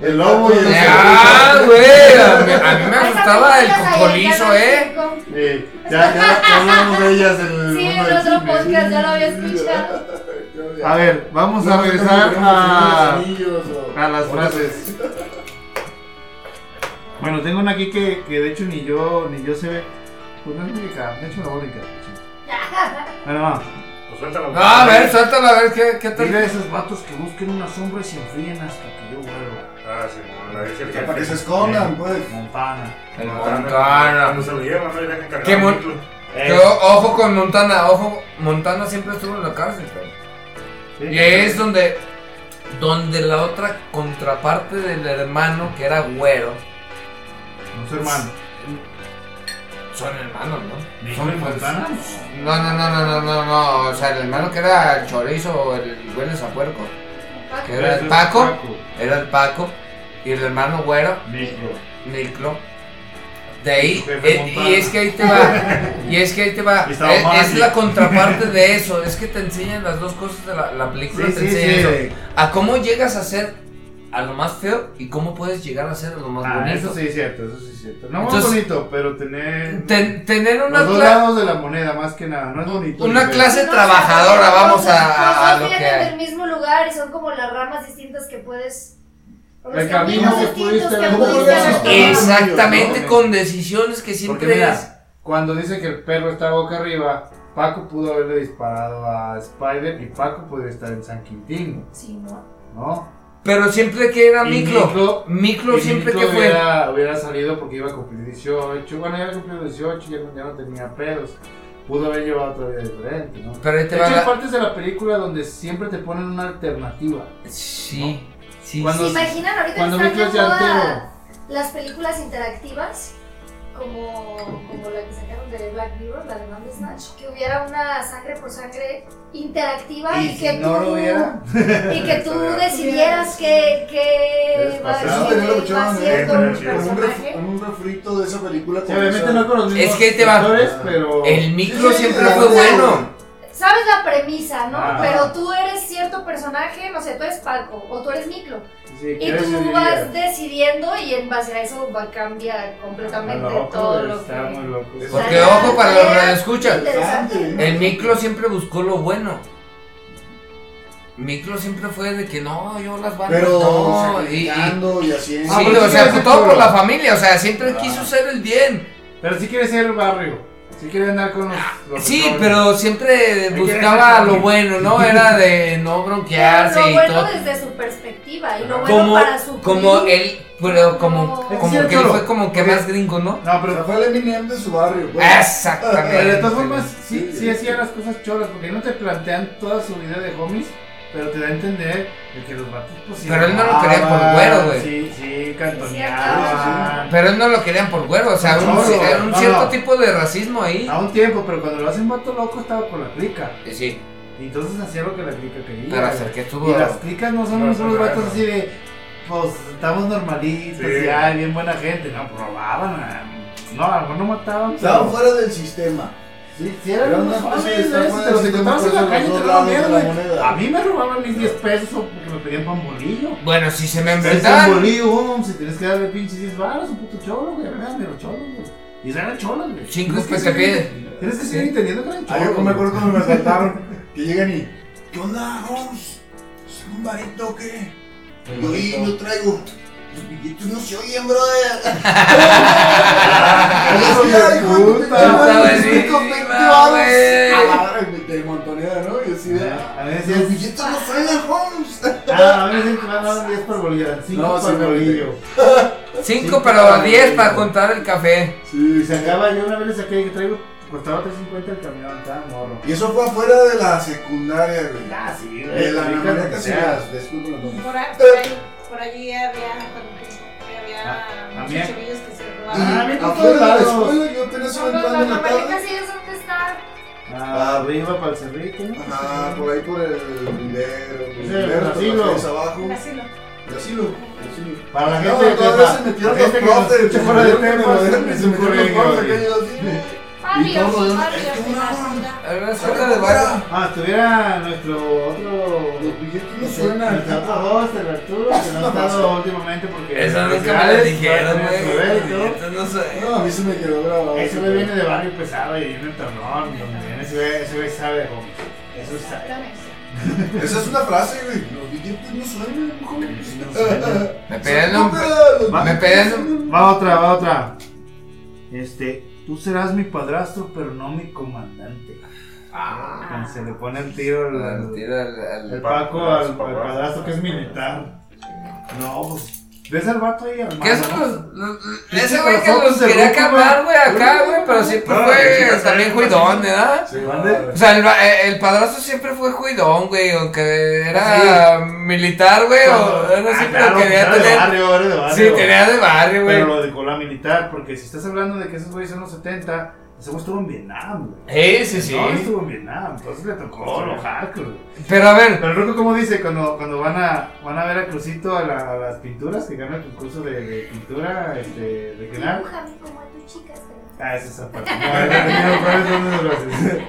B: El lobo y el
C: Ya,
D: Ah, güey, a mí, a mí me
E: esa
B: Ah,
D: asustaba el
E: película salía en
D: cocolizo,
E: Canal
D: eh.
E: cinco.
B: Sí, ya, ya, ya hablamos de ellas en el
E: Sí, en
B: mundo del
E: otro
B: chisme.
E: podcast ya lo había escuchado.
B: A ver, vamos a regresar a, a las frases. Bueno, tengo una aquí que, que de hecho ni yo ni yo sé ve. Pues no es mexicana, de hecho la voy a brincar. Bueno, vamos.
G: Pues suéltalo.
D: No, a ver, suéltala, a ver qué, qué
B: Dile
D: tal.
B: a esos vatos que busquen una sombra y se enfríen hasta que yo vuelva. Eh,
G: Ah, sí, no, la dice el
C: Para que
G: jefe.
C: se escondan, pues.
B: Montana.
D: El
G: Montana.
D: Montana.
G: No se lo llevan, no le dejan cargar.
D: Qué
G: el
D: mon-
G: vehículo.
D: Que o- ojo con Montana, ojo. Montana siempre estuvo en la cárcel, cabrón.
B: Eh,
D: Y ahí es donde, donde la otra contraparte del hermano, que era güero,
B: No su hermano.
D: son hermanos, ¿no?
B: ¿Nico
D: Son pues,
B: y Montana?
D: No, no, no, no, no, no, no. O sea, el hermano que era el chorizo o el güey de Zapuerco, que era el Paco, era el Paco, y el hermano güero,
B: Nico.
D: Niclo. De ahí,
B: Jefe
D: eh,
B: Montana.
D: y es que ahí te va, y es que ahí te va,
B: [laughs]
D: Eh,
B: Y
D: es,
B: estaba
D: es
B: mal.
D: la contraparte de eso, es que te enseñan las dos cosas de la, la película,
B: Sí,
D: te
B: sí,
D: enseña
B: sí.
D: eso. a cómo llegas a ser a lo más feo y cómo puedes llegar a ser a lo más
B: Ah,
D: bonito.
B: eso sí es cierto, eso sí es cierto. No
D: Entonces-
B: es bonito, pero tener
D: Ten- tener una,
B: los dos
D: cla-
B: lados de la moneda más que nada, no es bonito.
D: una
B: ni feo.
D: clase trabajadora, vamos a, a- a
E: Los
D: lo
E: dos
D: que
E: vienen del
D: hay.
E: mismo lugar y son como las ramas distintas que puedes. o los
B: El camino
E: caminos
B: que
E: distintos
B: pudiste
E: que
B: haber
E: pudiste haber
B: tomado.
E: tomado.
B: Es-
D: Exactamente,
B: ¿no?
D: con decisiones que
B: Porque
D: siempre es.
B: mira, cuando dice que el perro está boca arriba, Paco pudo haberle disparado a Spider y Paco podría estar en San Quintín,
E: Sí, ¿no?
B: ¿no?
D: Pero siempre que era
B: Y
D: micro,
B: Niclo-
D: micro
B: y
D: siempre
B: Niclo
D: que fue.
B: hubiera, hubiera salido porque iba a cumplir 18, bueno, ya había cumplido 18, ya no, ya no tenía pedos. Pudo haber llevado otra vida diferente, ¿no?
D: Pero ahí te
B: De hecho,
D: va
B: hay
D: la-
B: partes de la película donde siempre te ponen una alternativa.
D: Sí, sí.
B: Cuando-
E: ¿Se imaginan ahorita
B: Cuando
E: que
B: Miklos
E: están de
B: ya
E: moda las películas interactivas? Como, como la que sacaron de Black Mirror, la de Mandy Snatch, que hubiera una sangre por sangre interactiva y,
B: Y
E: que
B: si no
E: tú,
B: lo hubiera,
E: y
B: [laughs]
E: que tú
B: estaría-
E: decidieras qué qué
B: Es
E: va
B: pasado.
C: Eso
E: a-
C: tenía lo
E: qué
C: escuchado
E: va haciendo
G: ¿eh?
E: un
G: Con
C: en un, ref-
E: personaje.
C: en un refrito de esa película.
B: Sí, obviamente no con los mismos
D: Es que ahí te va. Ah.
B: actores, pero...
D: El micro
C: Sí, sí,
D: siempre
C: sí,
D: fue
C: sí.
D: bueno.
E: Sabes la premisa, ¿no?
B: Ah.
E: Pero tú eres cierto personaje, no sé, tú eres Paco o tú eres Miclo.
B: Sí,
E: Y
B: que eso
E: tú
B: diría. "Ah,
E: vas decidiendo y en base a eso va a cambiar
B: Está
E: completamente
B: loco,
E: todo
B: güey,
E: lo que...
B: está muy loco.
D: Porque ojo para los radioescuchas.
E: Interesante.
D: El micro siempre buscó lo bueno. Micro siempre fue de que no, yo las bandas
C: Pero
D: no. y- y-
C: sacrificando y, haciendo.
B: Ah,
D: sí,
B: pero
D: o
B: sí
D: sea,
B: quiere
D: fue
B: ser
D: todo
B: puro.
D: por la familia, o sea, siempre
C: Ah.
D: quiso ser el bien.
B: Pero si quiere ser barrio, si quiere andar con los... los
D: Sí,
B: mejores.
D: pero siempre
B: quiere
D: buscaba
B: ser
D: lo
B: familia.
D: bueno, ¿no? Era de no bronquearse
E: Lo
D: y
E: bueno
D: todo.
E: desde su perspectiva y lo bueno
D: Como,
E: para su
D: como
E: cliente.
D: él, pero como,
E: No.
D: como
B: Sí,
D: que él
B: claro.
D: fue como que
B: Ok.
D: más gringo, ¿no?
B: No,
C: O sea,
B: pero...
C: fue el Eminem de su barrio. pues. güey.
D: Exactamente.
B: Pero de todas formas, sí,
C: Sí.
B: sí hacía las cosas choras, porque no te plantean toda su vida de homies, pero te da a entender de que los vatos pues sí
D: Pero él no lo quería por
B: hablaban,
D: güero, güey.
B: Sí, sí, cantoneaban.
D: Pero él no lo querían por güero, o sea, un,
B: No, no,
D: era un
B: no,
D: cierto
B: no.
D: tipo de racismo ahí.
B: A un tiempo, pero cuando lo hacen vato loco estaba con la clica.
D: Eh, Sí,
B: Y entonces hacía lo que la clica quería.
D: pero hasta que estuvo.
B: Y las clicas no son
G: No,
B: unos puros
G: no,
B: vatos
G: no.
B: así de, pues estamos normalitos
G: Sí.
B: y ay, bien buena gente. No, pues robaban. eh. No, a lo mejor no mataban.
C: Estaban
B: Pero...
C: fuera del sistema.
B: Sí, sí, eran
C: Era
B: unos
C: una
B: homies,
C: especie de estar
B: ¿ves?
C: fuera
B: Te los
C: del sistema,
B: encontrabas en la
C: por eso
B: calle y
C: pues, los
B: te
C: dos
B: daban
C: lados de la
B: miedo, güey.
C: moneda.
B: A mí me robaban mis 10 pesos o porque me pedían pan bolillo.
D: Bueno, si se me
B: Es un
D: enfrentaban.
B: bolillo, um, si tienes que darle pinches 10 baros, un puto cholo, güey. Vean, de los cholos, güey. Y eran cholos, güey.
D: Cinco
B: Tienes
D: que te
B: seguir-
D: piden.
B: Tienes que seguir
D: Sí.
B: entendiendo que eran
C: Ah,
B: cholos.
C: yo me
B: güey.
C: acuerdo cuando me asaltaron. Que llegan y. ¿Qué onda, Holmes? ¿Es un varito o qué? Yo y yo traigo. Los billetes no se oyen,
D: [laughs]
C: brother.
B: hijo de
C: Ay, hijo de tu
B: puta.
C: pinche madre,
D: Está
C: los cinco
D: buenísima,
C: efectivados.
D: güey.
C: Ah, y me te montonea, ¿no? Y así de. "Ah,
B: Ah, A veces
C: Los billetes no suenan, Holmes.
B: Ah, a veces te van a dar 10 por bolillo, 5
C: No, sí,
B: por
C: me
B: bolillo.
D: Cinco, pero diez para contar el café.
B: Y sacaba, yo una vez le saqué que traigo, costaba 3.50 el camión, estaba morro.
C: Y eso fue afuera de la secundaria, güey.
B: Ah, sí,
C: De Eh, la
B: rica
C: namareca se
B: sea.
C: las disculpen los nombres.
F: Por, a- por ahí- por allí había, había
B: Ah,
F: muchos
B: también.
F: chavillos que se
C: Y
F: robaban.
B: Ah, bien,
C: afuera de la
B: todos.
C: escuela yo tenía
E: No,
C: su
E: no, la
C: ventana en la
E: mamalita
C: tarde.
E: sí es donde está.
B: Ah, arriba para el cerrito. ¿no?
C: Ajá, por ahí por el vivero, el
B: Sí,
C: vivero,
B: el asilo.
C: cafés abajo.
F: Un asilo.
C: El asilo, el asilo.
B: Para la
C: No,
B: gente de
C: todavía
B: Tepa,
C: se metieron
B: la
C: los
B: gente este que nos
C: profes,
B: escucha
C: se
B: fuera de
C: metieron
B: Tepa,
C: los
B: se
C: profes, ¿eh? se metieron los
B: metieron
C: profes,
B: los
C: aquellos así.
E: Barrios,
C: todo, ¿no?
E: barrios
C: Es que
E: de
C: una-
E: la ciudad.
D: Era una escuela
C: Saca
D: de
C: de
D: barrio.
C: vara.
B: Ah, estuviera nuestro otro.
C: Los billetes "Pues, no
B: Nuestro
C: suenan.
B: otro host, el Arturo, que
C: [laughs]
B: no he estado últimamente porque.
D: Eso nunca me lo
B: felicidades,
D: dijeron,
B: va a tener su evento.
D: güey. Entonces, No sé.
C: No, a mí se me quedó grabado.
B: Ese güey viene de barrio pesado y viene tronón. y también Ese güey- ese güey sabe, hombre. Eso sabe.
C: Esa es una frase, güey. Los billetes no suenan, joven. [laughs]
D: Me pedían
C: Son
D: un.
C: cóperas, los
D: me
C: billetes
D: pedían
C: no suenan.
B: Va otra, va otra. Este, tú serás mi padrastro, pero no mi comandante. Ah, se le pone el tiro al,
D: Al-
B: al-
D: tira al- al-
B: al Paco, al, al
G: Padrastro.
B: padrastro que es militar. No, pues. ¿Ves al vato ahí armado?
D: ¿Qué esos
B: no?
D: los, los-
B: Pinche
D: ese güey que
B: corazón
D: los
B: se
D: quería
B: rompe,
D: acabar,
B: güey.
D: güey, acá, güey, pero siempre
G: No, sí,
D: fue
G: sí,
D: también
G: sí,
D: juidón,
G: sí.
D: ¿verdad?
C: Sí,
B: ¿Mande?
C: va.
D: O sea, el, va- eh, el padrastro siempre fue juidón, güey, aunque era militar, güey, o no sé,
B: Ah,
D: pero
B: claro,
D: quería
B: era de
D: tener...
B: barrio, era de
D: Sí,
B: barrio.
D: tenía de barrio, güey.
B: Pero lo dedicó la militar, porque si estás hablando de que esos güeyes son los 70, ese güey estuvo en Vietnam, güey.
D: Sí, sí, sí.
B: No, estuvo en Vietnam, entonces le tocó los hardcore, güey.
D: Pero a ver,
B: Pero Ruco, como dice, cuando, cuando van, a, van a ver a Crucito a, la- a las pinturas, que gana el concurso de, de pintura este, regional.
E: Dibújame como a tu chica. pero-
B: Ah, esa es esa
D: [laughs]
B: parte. No, no, no, no, no, no, no, no.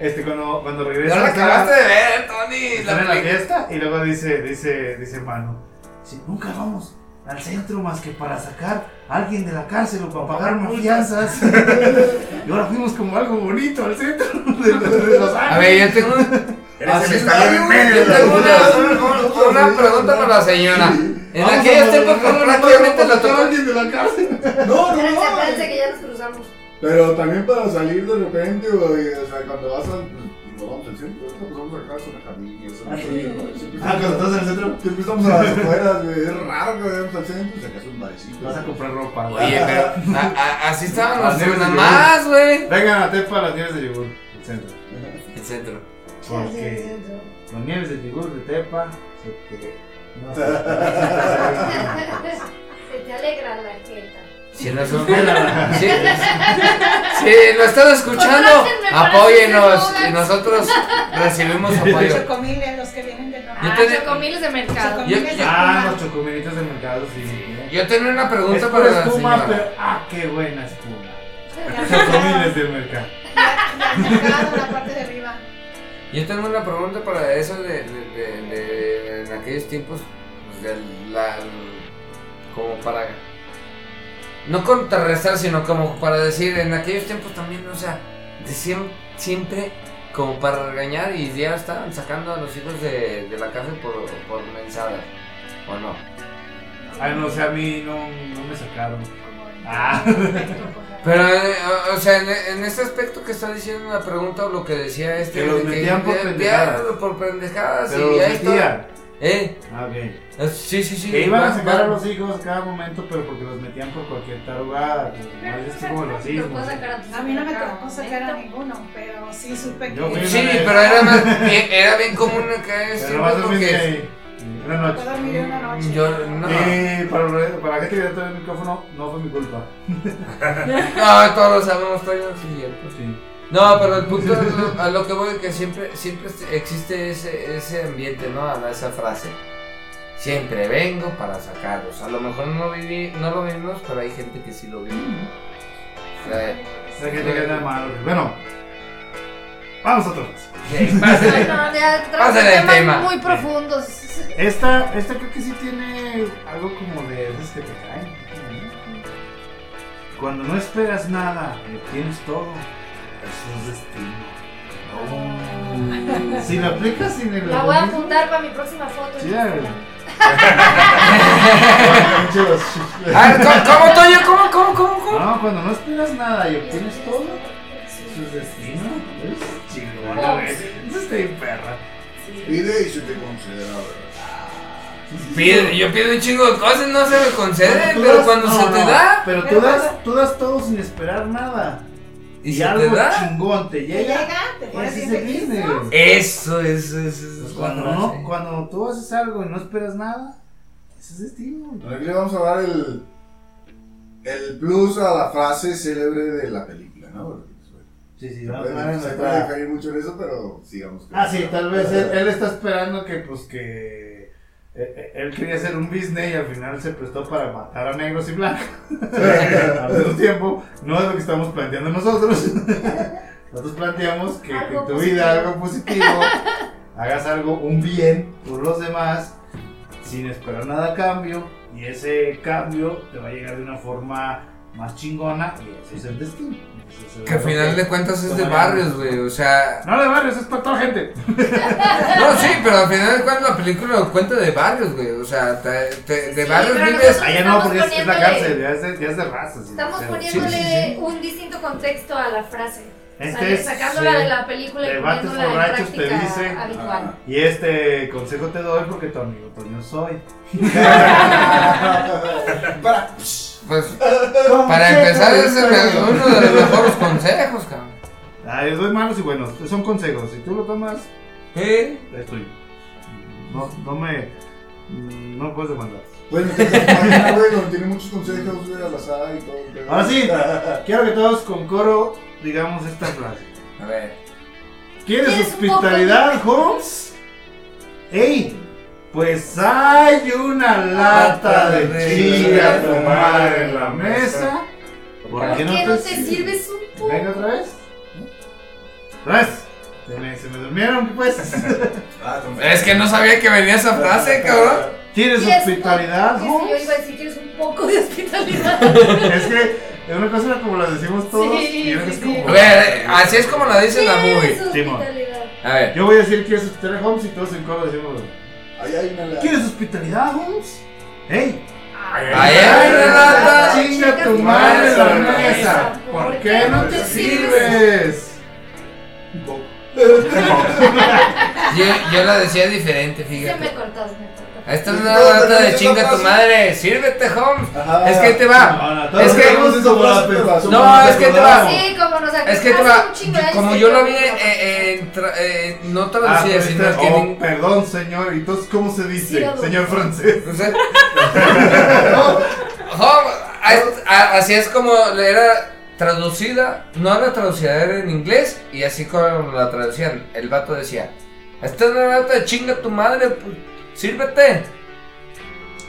B: Este, cuando, cuando
D: no
B: regresa.
D: la
B: está-
D: acabaste de ver, Tony.
B: están
D: La
B: en la
D: peli-
B: fiesta y luego dice, dice, dice Manu, si nunca vamos al centro más que para sacar a alguien de la cárcel o para pagar unas fianzas. [laughs] y ahora fuimos como algo bonito al centro de, los- de Los
D: A
B: Ángeles.
D: ver, yo
B: [laughs]
D: tengo,
G: Eres el
D: Así
G: estado en
D: es,
G: medio
D: yo
G: de
D: tengo
G: la
D: una, una pregunta para la señora. En
B: Vamos a
D: aquellos
B: mandar
D: tiempos
B: a
D: pues,
B: sacar
D: prácticamente
B: para
D: la
B: sacar a
D: tocó...
B: alguien de la cárcel.
C: No, no,
E: Espérense,
C: no.
E: espérense que ya nos cruzamos.
C: Pero también para salir de repente, güey, o sea, cuando vas al. No vamos al centro, pues vamos acá a Zona Jardín y eso.
B: Ah,
C: sí.
B: Ah, cuando estás en el centro.
C: Siempre estamos a las afueras, güey. Es raro que vayamos al centro, pues acá es un barecito.
B: Vas a comprar ropa.
D: Oye, pero a- a- así estaban
B: Así
D: los
B: es,
D: nada
B: sí.
D: más, güey.
B: Vengan a Tepa las nieves de yogur, el centro.
D: El centro.
B: Porque las nieves de yogur de Tepa se te... No sé.
E: [laughs]
B: [laughs]
E: Se te alegra la jeta.
D: Si nos, [laughs] si, si lo están escuchando,
E: Contrátenme para
D: apóyenos.
E: hacer esas
D: Y nosotros recibimos apoyo.
B: [laughs]
F: Chocomiles, los que vienen del norte.
E: Ah,
D: tenía-
E: chocomiles de mercado.
D: Yo-
F: Chocomiles de
B: Ah,
F: Cuba.
B: los chocomilitos de mercado, sí.
D: Yo tenía una
B: Es
D: pregunta
B: pura
D: para la
B: espuma,
D: señora.
B: pero ah, qué buena espuma.
F: Ya,
B: Chocomiles del mercado.
F: ya, ya, ya, la parte de arriba.
D: Yo tengo una pregunta para eso de, de, de- de- en aquellos tiempos, pues, de la, como para, no contrarrestar, sino como para decir, en aquellos tiempos también, o sea, de siem- siempre como para regañar y ya estaban sacando a los hijos de, de la casa por, por mensadas, ¿o no?
B: Ah, no, o sea, a mí no, no me sacaron. Ah.
D: Pero, eh, o- o sea, en, en este aspecto que está diciendo la pregunta, o lo que decía este...
B: Que los
D: de
B: metían por
D: de- de-
B: pendejadas.
D: por pendejadas
B: Pero
D: y
B: los
D: ahí está,
B: metían.
D: ¿eh?
B: Ah, ok.
D: Eh, Sí, sí, sí.
B: Que iban a
D: va-
B: sacar
D: va-
B: a los hijos a cada momento, pero porque los metían por cualquier tarugada. pues, No es así como los
E: Te puedo
B: hijos.
E: sacar a tus
F: A mí no me tocó
E: mercados,
F: sacar
E: ¿eh?
F: a ninguno, pero sí supe que.
B: Yo fui-
D: Sí, pero era más, era bien común acá este
B: Pero vas a dormir
D: porque
B: ahí. Una noche.
F: Fue dormir una noche.
D: yo no,
B: Eh, para, para la gente que está en el micrófono, no fue mi culpa.
D: no todos sabemos todos siguientes.
B: Sí.
D: No, pero el punto es lo- a lo que voy que siempre siempre existe ese ese ambiente, ¿no? A esa frase. Siempre vengo para sacarlos. A lo mejor no viví, no lo vivimos, pero hay gente que sí lo vive. O sea, eh,
B: O sea, que te queda mal. Bueno, vamos a otro.
D: eh, pásale.
E: No, no, ya traes
D: Pásale al
E: temas
D: tema.
E: muy profundos.
B: Esta, esta creo que sí tiene algo como de esas que te caen. Cuando no esperas nada, lo tienes todo. Eso es destino. Si lo aplicas sin el.
E: Oh. La voy a apuntar para mi próxima foto.
B: Sí, ya, güey. [laughs]
D: A ver, ¿cómo, cómo Toño? ¿Cómo, cómo, cómo, cómo?
B: No, cuando no esperas nada y obtienes todo, eso es destino. Es chingona, güey. Eso está bien perra.
C: Pide y se te considera, ¿verdad?
D: Pide- yo pido un chingo de cosas, no se me concede,
B: Tú
D: pero
B: das-
D: cuando
B: no,
D: se te
B: no,
D: da,
B: Pero tú
F: pero
B: das, tú das todo sin esperar nada.
D: y,
B: Y,
D: se te
B: algo
D: da,
B: chingón te
F: Te
B: llega.
F: llega, te
B: Y
F: pones
B: así
F: bien
B: se
F: feliz,
B: viene,
F: ¿no?
B: güey.
D: Eso, eso, eso, eso es
B: Pues Cuando,
D: cuando
B: no-
D: hace.
B: cuando tú haces algo y no esperas nada, ese es destino. güey.
C: Aquí le vamos a dar el, el plus a la frase célebre de la película, ¿no? Porque, pues, bueno,
B: Sí, sí,
C: se
B: vamos a
C: puede-
B: ver en
C: se puede
B: nuestra...
C: caer mucho en eso, pero sigamos. con
B: Ah,
C: eso.
B: sí, tal vez él, él está esperando que, pues, que... eh, eh, Él quería hacer un business y al final se prestó para matar a negros y blancos. [laughs] Hace un tiempo, no es lo que estamos planteando nosotros. [laughs] Nosotros planteamos que
E: Algo
B: en tu
E: positivo.
B: vida algo positivo, hagas algo, un bien por los demás, sin esperar nada a cambio, y ese cambio te va a llegar de una forma más chingona, y ese es el destino. Ese es el-
D: Que al final de cuentas es de barrios, güey. O sea.
B: No de barrios, es para toda gente.
D: No, sí, pero al final de cuentas la película lo cuenta de barrios, güey. O sea, te- te- de
E: Sí,
D: barrios
E: pero
D: vives.
E: nosotros-
B: Allá Ah, no, porque es, es la
E: Estamos
B: cárcel, ya es de, ya es de razas. y de
E: Estamos
B: cero.
E: poniéndole
D: Sí, sí, sí.
E: un distinto contexto a la frase. O sea,
B: Este es,
E: sacándola
D: sí,
E: de la película y
B: debates
E: poniéndola en
B: borrachos, te
E: práctica
B: dice.
D: ah,
E: habitual.
B: Y este consejo te doy porque tu amigo Toño soy.
C: Para.
D: Pues, para empezar, ese es uno de los mejores consejos, cabrón.
B: Ah, yo doy malos y buenos, son consejos. Si tú lo tomas,
D: ¿Eh?
B: es tuyo. No, no me. No me puedes demandar.
C: Bueno,
B: [laughs]
C: entonces, página, güey, donde tiene muchos consejos, güey, al azar y todo. Ah, el pedo.
B: Ahora sí, quiero que todos con coro digamos esta frase.
D: A ver.
B: ¿Quieres
E: ¿Quieres un poco
B: hospitalidad,
E: [laughs]
B: Holmes? ¡Ey! Pues hay una lata de chinga tu madre en la mesa.
E: ¿Por qué no te
B: sirve?
E: sirves un poco?
B: Venga otra vez. Otra vez. Se me, se me durmieron,
E: [laughs]
B: pues.
C: Ah, con-
D: Es que no sabía que venía esa frase, cabrón.
B: ¿Tienes
E: ¿Quieres un-
B: hospitalidad,
E: es que Yo
B: Holmes?
E: iba a decir, ¿quieres un poco de
D: [laughs]
E: hospitalidad?
B: Es que una cosa era como la decimos todos
H: Sí,
B: y otra
H: sí,
B: es
H: sí.
B: como.
D: A ver, eh, así es como la dice la
E: ¿Quieres
D: movie.
B: Simón.
E: hospitalidad?
D: A ver.
B: Yo voy a decir quieres hospitalidad, Holmes, y todos en coro decimos.
C: Ahí hay una lata.
B: ¿Quieres hospitalidad, Holmes? ¡Ey!
D: Ahí hay una lata.
B: Chinga tu madre la mesa. ¿Por qué no te sirves?
D: Yo, yo la decía diferente,
E: Se
D: fíjate.
E: me cortas, me cortas.
D: Esta es una lata de chinga tu madre. Sírvete, Holmes. Es que ahí te va. Es que- No, es que te va.
E: Ah, Sí, como nos
D: Es que te va. Como yo la vi eh, en tra- eh, no
B: Ah,
D: traducida, sino
B: ahorita-
D: que
B: oh,
D: en-
B: perdón, señor. ¿Y entonces cómo se dice,
E: Sílabo.
B: señor francés?
D: No sé. [laughs] Home, a- a- así es como era traducida, no era traducida, era en inglés y así como la traducían. El vato decía, esta es una lata de chinga tu madre, pu- sírvete.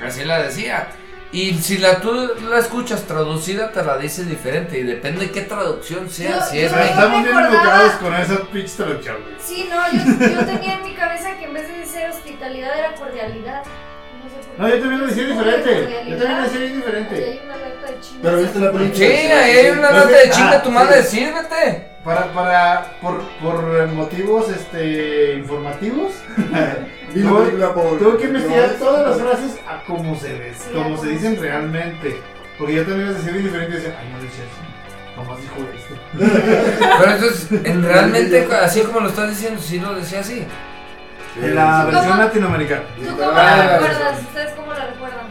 D: Así la decía. Y si la tú la escuchas traducida, te la dice diferente y depende de qué traducción sea.
E: Yo-
D: si
E: yo
D: es
E: no-
D: mexicana.
B: Estamos bien
E: recordaba-
B: educados con esa pitch traducción. güey.
E: Sí, no, yo, yo tenía en mi cabeza que en vez de ser hospitalidad era cordialidad. No, sé por
B: No,
E: qué.
B: yo también lo decía diferente. Yo también lo decía bien
E: Ahí hay
B: diferente.
E: una lata de chingas.
C: Pero viste la película.
D: Sí, Pues ahí hay una lata de chinga tu
B: Ah,
D: madre, sírvete.
B: Para, para, por, por motivos este, informativos,
C: Vi la película por.
B: Tengo que investigar
C: por-
B: todas las frases a cómo se ven,
E: Sí, a
B: como
E: cómo
B: se
E: se
B: dicen
E: ven.
B: realmente. Porque yo también las decía bien diferente y decía, ay, no le eché eso. Nomás dijo esto.
D: Pero entonces, en- realmente, así como lo estás diciendo, sí lo decía así.
C: Sí,
B: En la
C: sí,
E: ¿Cómo?
B: versión latinoamericana.
E: ¿Tú
C: sí,
E: cómo
C: ah,
E: la recuerdas? ¿Ustedes cómo la recuerdan?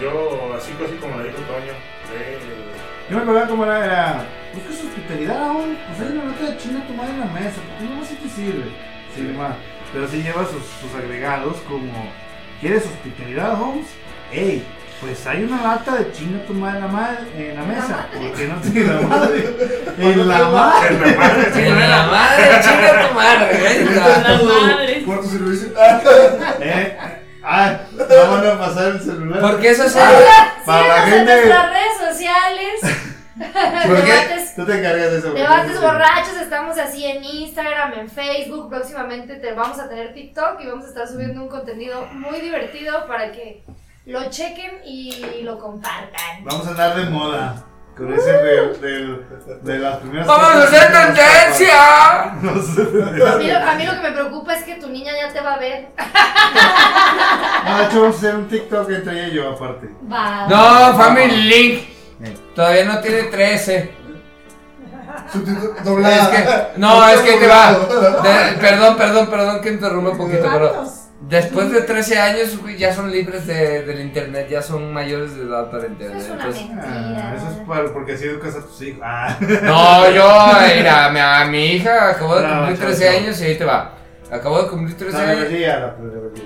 G: Yo, así así como la dijo Toño, eh,
B: Yo me acordaba cómo era, era, busca su hospitalidad, güey. Pues hay una nota de china tu madre en la mesa. ¿Por qué no sé qué sirve? Sí, demás. Pero sí lleva sus, sus agregados como, ¿quieres hospitalidad, Holmes? Ey, pues hay una lata de china tu madre en la, madre, en la mesa. ¿Por qué no te
C: [laughs]
B: la madre? En la madre.
G: en la madre,
D: Sí, la madre, chinga tu madre, ahí está.
H: La madre.
C: Cuarto servicio. Ah,
B: ¿Eh? Ah, no [laughs] van a pasar el celular.
D: Porque eso es
B: Para la
E: Síguenos en
B: gente-
E: nuestras redes sociales.
B: [laughs]
D: ¿Por qué?
E: debates,
B: Tú te encargas de eso. güey.
E: debates borrachos, estamos así en Instagram, en Facebook. Próximamente te vamos a tener TikTok y vamos a estar subiendo un contenido muy divertido para que lo chequen y lo compartan.
B: Vamos a andar de moda. Con ese de, del- de las primeras.
D: ¡Vamos a
B: cosas
D: hacer
B: que nos
D: tendencia!
B: tapan. No sé.
E: A mí, lo, a mí lo que me preocupa es que tu niña ya te va a ver.
B: No, de hecho, vamos a hacer un TikTok entre ella y yo, aparte.
E: Va.
D: No, Family Link. Todavía no tiene 13.
C: subtítulo-
D: Es
C: Doblada.
D: que, no, es que te va. De- perdón, perdón, perdón que interrumpa un poquito, pero
F: Vatos.
D: después de 13 años güey, ya son libres de- del internet, ya son mayores de edad para
E: Eso
D: internet.
E: es una
D: entonces-
E: mentira.
B: Ah, eso es para, porque así educas a tus hijos.
E: [laughs]
B: Ah.
D: no, yo, mira, a mi, a mi hija acabó de
B: No,
D: cumplir
B: chao,
D: 13
B: chao.
D: años y ahí te va. Acabó de cumplir 13
B: La
D: años.
B: rebeldía, la rebeldía.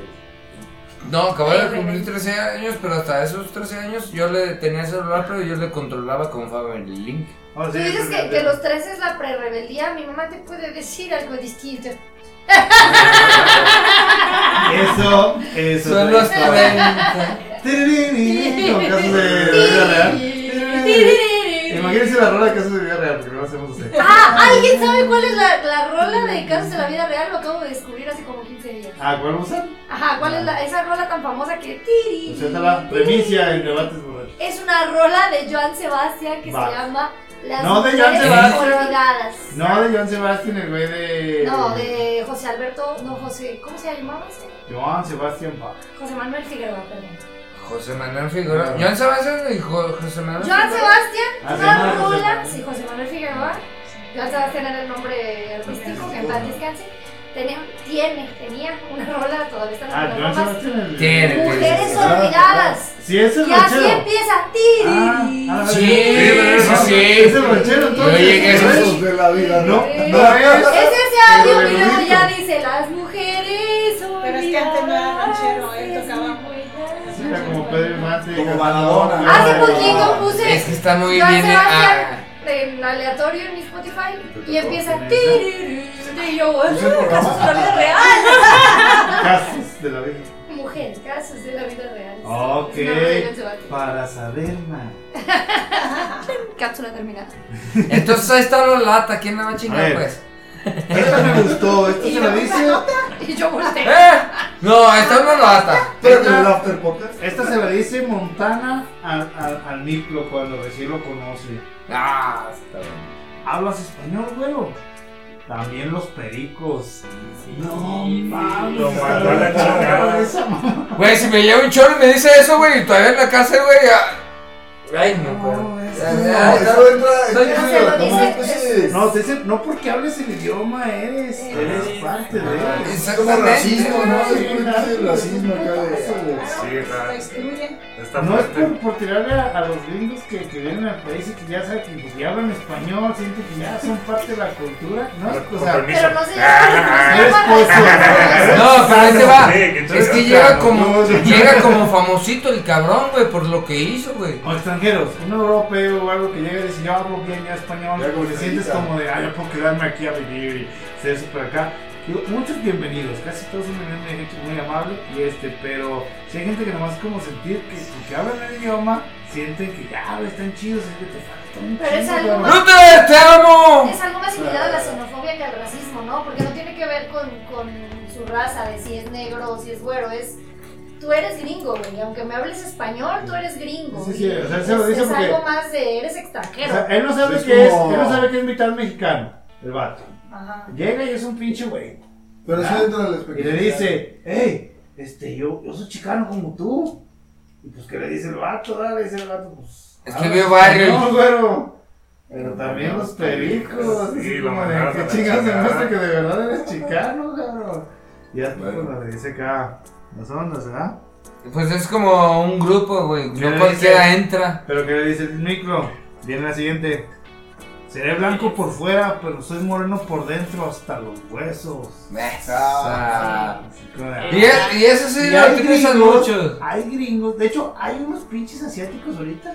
D: No, acababa
E: Ay,
D: de
E: güey.
D: cumplir 13 años, pero hasta esos 13 años yo le tenía celular, pero yo le controlaba con Family Link.
C: Oh,
B: Vamos a
E: Tú
B: hacer
E: dices
B: este
E: que, que
B: de-
E: los tres es la pre-rebeldía. Mi mamá te puede decir algo distinto.
B: Eso, eso.
D: Son los 30.
B: Tirirín, Con casos de de vida real. Tirirín.
C: Imagínense la rola de Casos de Vida Real, porque no la hacemos así.
E: Ah, ¿alguien sabe cuál es la, la rola de Casos de la Vida Real? Lo acabo de descubrir hace como 15 días.
C: Ah, ¿cuál usan?
E: Ajá, ¿cuál es la, esa rola tan famosa que... tiri,
C: Pues esta la primicia en debates borrachos.
E: Es una rola de Joan Sebastián que
C: Va.
E: se llama Las
C: No de
E: Mujeres
C: Joan Sebastián.
E: Olvidadas.
C: No, de Joan Sebastián, el güey de.
E: No, de José Alberto, no José, ¿cómo se llamaba ese?
C: Joan Sebastián Bach.
E: José Manuel Figueroa, perdón.
D: José Manuel Figueroa. Joan Sebastián y Jo- José Manuel.
E: Joan Sebastián,
C: Ah, se
E: una
C: llama José
E: rola,
C: Manuel.
E: sí, José Manuel Figueroa, Joan Sebastián era el nombre artístico, que en paz descanse, tenía, tiene, tenía una rola, todavía está en
C: Ah,
E: las
C: Joan
E: plataformas,
C: Sebastián. el-
D: Tiene.
E: Mujeres
C: Ah,
E: Olvidadas,
C: Sí, es el
E: y así
C: ranchero.
E: empieza,
C: Ah,
E: tiri.
C: ah,
D: Sí,
C: ah,
D: sí.
C: Es el ranchero, entonces.
D: Yo llegué a
C: ¿no es?
D: esos-
C: No,
I: de la vida,
C: no
E: Sí.
C: es.
E: Es ese
C: Pero
E: audio
C: de
E: y luego
C: Rubito.
E: ya dice las mujeres olvidadas.
F: Pero es que antes no era ranchero, él tocaba-
E: muy
C: Sí, era como Pedro Infante.
I: Como
C: Cantador,
I: Maradona.
C: güey.
E: Hace
I: Ay,
E: poquito
I: no.
E: compuse
D: Es que está muy
E: Joan
D: bien.
E: Sebastián.
D: ah,
E: en aleatorio en mi Spotify
C: Te
E: y
C: tocó
E: empieza
C: con esa.
E: "Tiriririrí", y yo, "Ah,
I: ¿Es el programa?
E: casos de la vida real.
C: Casos de la vida.
E: Mujer, casos de la vida real.
B: Ok.
E: No, no, no, Sebastián.
B: Para saber más.
E: Cápsula terminada.
D: Entonces ahí está la lata. ¿Quién la va a
C: A
D: chingar,
C: ver.
D: pues?
C: Esta me gustó, esta
F: Y
C: se
F: la
C: la dice.
E: Y yo volteé.
D: ¡Eh! No, está una lata.
I: Pero en el after podcast.
B: Esta se la dice Montana al, al, al Niclo cuando recién lo conoce.
D: Ah, está bien.
B: ¿Hablas español, güero? También los pericos. No
G: Lo
B: mames.
G: mandó a la chingada.
B: Esa mamá.
D: Güey, si me lleva un chorro y me dice eso, güey, y todavía en la cárcel, güey. ah. Ay, no,
I: No,
D: güey.
I: es-
D: Ah,
I: no,
D: ah,
I: eso entra-
D: Soy
I: entra
E: yo,
I: como
E: dice- "Pues,
I: una especie de-
B: No, te dicen, no porque hables el idioma eres, eres parte de él.
I: Es
E: pues,
I: como racismo, ¿no?
B: Sí,
I: Es una especie de racismo acá de eso, güey.
G: Sí,
F: Claro,
G: está-
F: te excluyen.
G: Está
B: No es
G: fuerte.
B: por, por tirarle a, a los gringos que, que vienen al país y que ya saben que pues, ya hablan español, sienten que ya son parte de la cultura, ¿no?
G: Con
B: O sea,
G: permiso. Ah,
E: Pero no sé.
B: eres pozo.
D: No, pero ahí te va.
G: Sí, que tú
D: Es que
G: eres
D: llega
G: sano.
D: como,
C: no, sí.
D: llega como famosito el cabrón, güey, por lo que hizo, güey.
B: O extranjeros, un europeo o algo que llega y dice, yo hablo bien ya español,
I: Ya
B: como te
I: comunica.
B: sientes como de, ah, yo puedo quedarme aquí a vivir y ser súper acá. Digo, muchos bienvenidos, casi todos son bienvenidos, hay gente muy amable, y este, pero si hay gente que nomás como sentir que, que hablan el idioma, sienten que ya güey, están chidos, es que te falta un
E: Pero es
B: chingo,
E: algo
B: cabrón.
E: más-
D: ¡Ruther, te amo!
E: Es algo más similar a la xenofobia que al racismo, ¿no? Porque no tiene que ver con, con su raza, de si es negro o si es güero, es... Tú eres gringo, güey, aunque me hables español, tú eres gringo.
B: Sí, sí, o sea,
E: es,
B: se lo dice
E: es
B: porque-
E: algo más de eres
B: O
E: extranjero.
B: sea, él no sabe
I: Es
B: que es,
I: como-
B: él no sabe que es mitad mexicano, el vato.
E: Ajá.
B: Llega y es un pinche güey.
I: Pero eso entra en la
B: Y le
I: experiencia.
B: dice, hey, este, yo, yo soy chicano como tú. Y pues, ¿qué le dice el vato? Ah, le dice el vato, pues.
D: Es que veo barrio.
B: No, güero. Pero también los pericos.
G: Sí,
B: así
G: lo
B: como de,
G: mandaron a
B: ¿qué
G: la
B: chingas
G: chingada".
B: demuestra que de verdad eres chicano, cabrón? Y ya
I: Bueno.
B: bueno. le dice acá, las ondas, ¿verdad?
D: Pues es como un grupo, güey.
B: Mira,
D: No cualquiera
B: dice-
D: entra.
B: Pero que le dice el micro, viene la siguiente. Seré blanco por fuera, pero soy moreno por dentro hasta los huesos.
D: Ah.
B: Así como de,
D: Y, es- y eso sí
B: Y
D: lo
B: hay
D: utilizan
B: gringos,
D: mucho.
B: Hay gringos, de hecho, hay unos pinches asiáticos ahorita.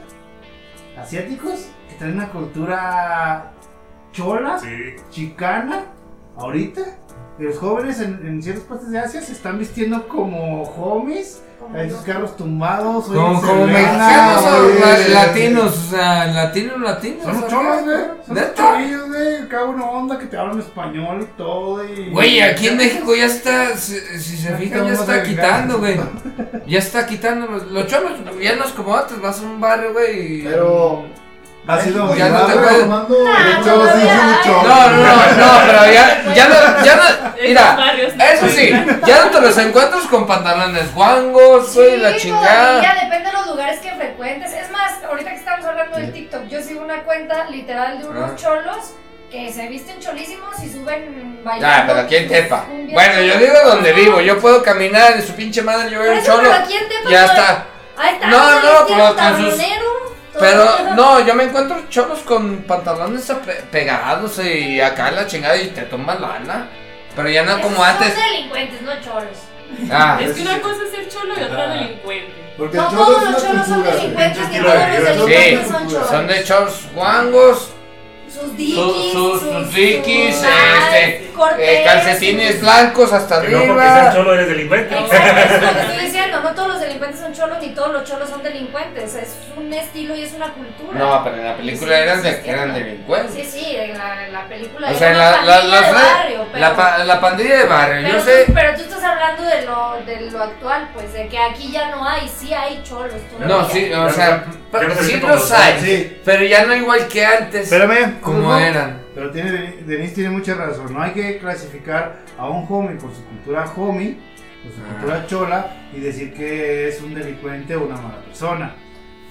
B: Asiáticos que traen una cultura chola,
G: Sí,
B: chicana, ahorita. que Los jóvenes en, en ciertas partes de Asia se están vistiendo como homies, hay sus carros tumbados, oyen
D: Como, como
B: Selena,
D: mexicanos o
B: güey.
D: la- latinos, o sea, latinos, latinos.
B: Son los
D: acá.
B: cholas, güey. Son los
D: ¿Neta?
B: cholillos, güey. Cada uno onda que te hablan español y todo. Y...
D: Güey, aquí en México ya está, si, si se
B: Ya
D: fijan, ya
B: acabamos
D: está
B: de
D: quitando, güey.
B: llegar.
D: Ya está quitando los, los cholos, ya no es como antes, vas a un barrio, güey. y-
I: Pero.
B: Ha sido
I: México
D: ya no te
I: va
D: puedes-
I: tomando-
E: Nah,
I: Yo sí
E: todavía
I: soy
E: hay.
I: mucho.
D: No, no, no, no, pero ya, ya no, ya no,
H: Esos
D: mira,
H: barrios.
D: eso sí, ya no te los encuentras con pantalones guangos, güey, la
E: Sí,
D: chingada.
E: todavía, depende de los lugares que frecuentes. Es más, ahorita que estamos hablando del TikTok, yo sigo una cuenta literal de unos
D: Ah.
E: cholos que se visten cholísimos y suben bailando.
D: Ah, pero aquí en Tepa.
E: cumbia.
D: Bueno, yo digo donde vivo, yo puedo caminar de su pinche madre, yo
E: Por
D: veo un
E: eso,
D: cholo,
E: pero aquí en Tepa
D: ya
E: no-
D: está.
E: Ahí está.
D: No,
E: todo
D: no,
E: vestido
D: con- con sus-
E: tablonero, todo.
D: Pero
E: [laughs]
D: no, yo me encuentro cholos con pantalones ape- pegados y acá la chingada y te toman lana. Pero ya no
E: Esos
D: como antes.
E: Son delincuentes, no cholos.
D: Ah,
H: Es que una cosa es ser cholo y otra
E: [laughs]
H: delincuente.
I: Porque el
E: No
I: cholo
E: todos
I: es
E: los
I: una
E: cholos son
I: cultura, güey.
E: delincuentes, ni
G: Sí,
E: todos los delincuentes
D: sí.
E: son cholos.
D: son de cholos guangos,
E: Sus
D: su-
E: diquis,
D: su- sus diquis,
E: sus-
D: este,
E: cortés.
D: Eh, calcetines blancos hasta
G: Que no porque seas
D: arriba.
G: cholo eres delincuente. ¿no?
E: Exacto, es lo que estoy diciendo. No todos los delincuentes son cholos ni todos los cholos son delincuentes. Es un estilo y es una cultura.
D: No, pero en la película
E: Sí,
D: eran, de,
E: sí,
D: eran
E: sí.
D: delincuentes.
E: Sí, sí, en la, en la película.
D: O
E: era
D: sea,
E: una
D: la, la,
E: pandilla de
D: las re-
E: barrio, pero-
D: la pa- la pandilla de barrio,
E: Pero,
D: yo
E: tú-
D: sé.
E: pero tú estás hablando de lo, de lo actual, pues, de que aquí ya no hay, sí hay cholos. todavía.
D: No, sí, o
G: Ya
D: sea,
G: no-
D: pa-
G: ya no se
D: sí
G: viste como
D: los
G: los
D: hay,
B: Sí.
D: pero ya no igual que antes,
B: Espérame.
D: como
B: ¿cómo?
D: eran.
B: Pero tiene, Denise tiene mucha razón. No hay que clasificar a un homie por su cultura homie, por su
D: Ah.
B: cultura chola, y decir que es un delincuente o una mala persona.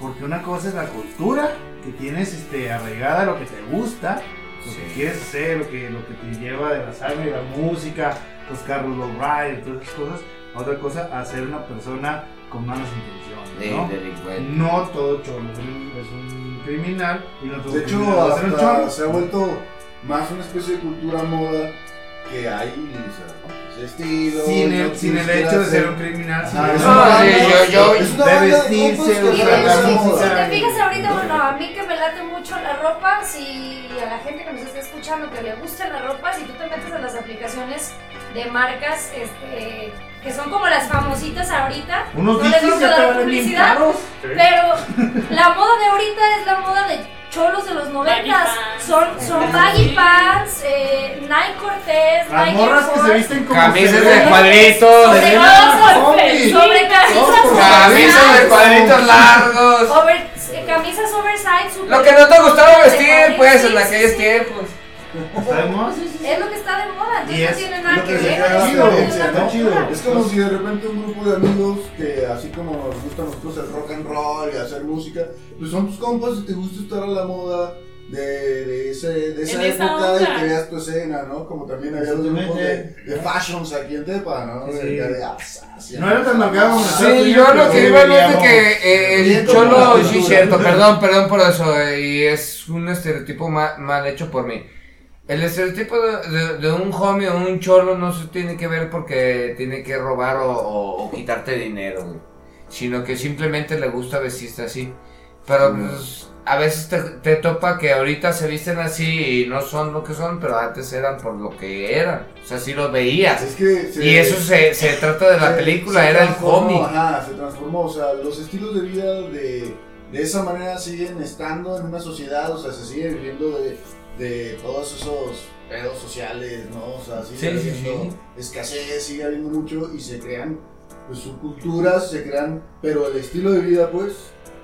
B: Porque una cosa es la cultura que tienes este, arraigada, lo que te gusta, lo que
D: Sí.
B: quieres hacer, lo que, lo que te lleva de la sangre, la música, los carros, los rides, todas esas cosas. Otra cosa, hacer una persona con malas
D: De
B: intenciones. ¿no?
D: delincuente.
B: No todo cholo es un, es un criminal y no todo
C: De hecho,
B: criminal va a ser un
C: hasta
B: cholo.
C: se ha vuelto más una especie de cultura moda que hay, o sea, ese estilo.
B: sin el,
C: no
B: sin el
C: tienes que
B: hecho de ser
C: hacer-
B: un criminal. sin
C: Ajá,
B: el-
C: es
D: No,
C: una
D: sí,
C: banda-
D: yo- yo-
C: es una
B: de
C: banda
B: vestirse,
C: compas que
E: Y
B: usar
C: arreglan
B: la
E: de-
C: moda.
E: si
B: música.
E: te fijas ahorita, bueno, a mí que me late mucho la ropa, si a la gente que nos está escuchando que le gusta la ropa, si tú te metes a las aplicaciones de marcas este, que son como las famositas ahorita,
B: Unos
E: no les
B: bichis
E: vamos
B: ya
E: a
B: te
E: dar
B: valen bien
E: publicidad,
B: caros.
G: Sí.
E: pero la moda de ahorita es la moda de cholos de los noventas.
H: pants.
E: Son, son baggy pants, eh, Nike Cortez,
B: Las
E: Nike
B: morras que se
E: Force,
B: visten como
D: Camisas
B: se
D: de
B: ven.
D: cuadritos,
E: sobre,
B: ven
E: todo
B: como
E: sobre,
B: zombies.
E: sobre
B: Todos
E: camisas
B: con
D: camisas de
E: oversize,
D: cuadritos largos.
E: over- eh, camisas oversize, super-
D: Lo que no te gustaba
E: de
D: vestir,
E: cuadritos,
D: pues,
E: sí,
D: en
E: sí,
D: aquellos
E: sí.
D: tiempos.
B: ¿Sabemos?
E: Es lo que está de moda,
B: Y
E: entonces no
B: es
E: tiene nada
C: lo
E: que
C: que se
E: ver.
C: queda
E: es
C: chido,
E: parte de
C: está
E: la cultura.
B: chido.
C: Es como si de repente un grupo de amigos que así como nos gusta a nosotros el rock and roll y hacer música, pues son tus compas y te gusta estar a la moda de, de, ese, de esa
H: En esa
C: época
H: onda.
C: y que veas tu escena, ¿no? Como también había los grupos de, de fashions aquí en Tepa, ¿no? De,
B: Sí.
C: de- de Alsacia.
B: No era tan marcado
C: Ah,
B: como
C: pues,
B: nosotros.
D: Sí, yo lo que iba a decir es que eh, el
C: Bien como la
D: cholo,
C: cultura.
D: sí, cierto, perdón, perdón por eso, eh, y es un estereotipo ma- mal, hecho por mí. El estereotipo de, de- de un homie o un cholo no se tiene que ver porque tiene que robar o, o- o quitarte dinero, güey, sino que simplemente le gusta vestirse así. Pero
C: Mm.
D: pues, a veces te, te topa que ahorita se visten así y no son lo que son, pero antes eran por lo que eran. O sea, sí lo veías.
C: Es que se-
D: Y eso se, se trata de la
C: se-
D: película,
C: se
D: era el
C: transformó,
D: homie.
C: Ajá, se transformó. O sea, los estilos de vida de, de esa manera siguen estando en una sociedad, o sea, se sigue viviendo de, de todos esos pedos sociales, ¿no? O sea, sigue
D: Sí, sí,
C: habiendo
D: sí.
C: escasez, sigue habiendo mucho y se crean pues, subculturas, se crean, pero el estilo de vida, pues.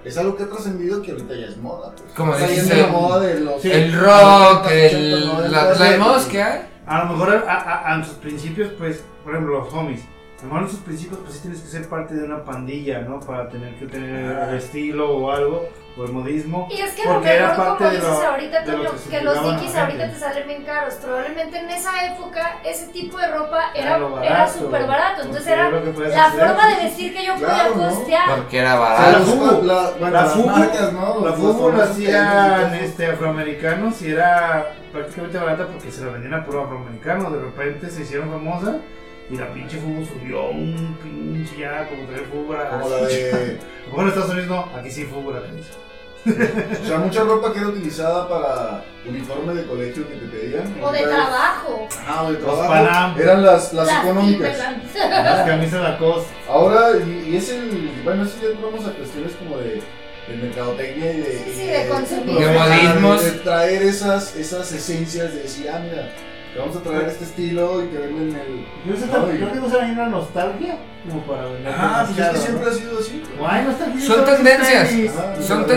C: Es algo que ha trascendido que ahorita ya es moda. Pues.
D: Como
C: Está
D: dijiste,
C: yendo la moda de los-
D: El rock,
C: 80,
D: el,
C: 90,
D: la, la
C: sí.
D: mosca. ¿eh?
B: A lo mejor a, a- a sus principios, pues, por ejemplo, los homies. A lo mejor en sus principios, pues sí tienes que ser parte de una pandilla, ¿no? Para tener que tener el estilo o algo, o el modismo.
E: Ah. Y es que
B: Porque
E: a lo
B: era
E: mejor, como
B: parte de
E: dices
B: lo-
E: ahorita,
B: de lo
E: Toño,
B: que se
E: que los
B: utilizaban antes.
E: dikis ahorita te salen bien caros. Probablemente en esa época ese tipo de ropa
B: Era
E: era
B: lo
E: era
B: barato,
E: súper barato. Entonces
B: porque
E: era
B: era lo que podías
E: la
B: hacer.
E: forma de vestir que yo podía
C: Claro, ¿no?
E: costear.
D: Porque era
C: Ah,
B: la
D: barato.
C: los-
B: Fubu.
C: la- bueno,
B: La
C: las
B: Fubu.
C: marcas, ¿no?
B: La
C: Los-
B: fútbol la
C: los-
B: hacían este, afroamericanos y era prácticamente barata porque se la vendían a puro afroamericano. De repente se hicieron famosa y la pinche fútbol subió un pinche ya como traer fútbol a
C: Como la de.
B: Bueno, en Estados Unidos no, aquí sí fútbol a la cancha.
C: O sea, mucha ropa que era utilizada para uniforme de colegio que te pedían.
E: O de
C: Era-
E: trabajo.
C: Ajá, o de
B: Los
C: trabajo.
B: Panam.
C: Eran las, las
E: Las
C: económicas.
E: Timberland.
B: Las camisas Lacoste.
C: Ahora, y, y es el. Bueno, sí, ya vamos a cuestiones como de, de mercadotecnia y de.
E: Sí, sí,
C: y
E: de consumir.
D: De
C: Ajá,
D: modismos.
C: de traer esas, esas esencias de decir, ah, mira, te vamos a traer este estilo y te venden el.
B: Yo sé
C: Ay.
B: también, yo digo, será una nostalgia como para vender.
C: Ah, pues es que
B: demasiado,
C: siempre
B: ¿no?
C: ha sido así. güey.
B: Como, ay, nostalgia,
D: Son
B: estaba en
D: tendencias.
B: tenis.
C: Ajá,
D: Son
C: o sea,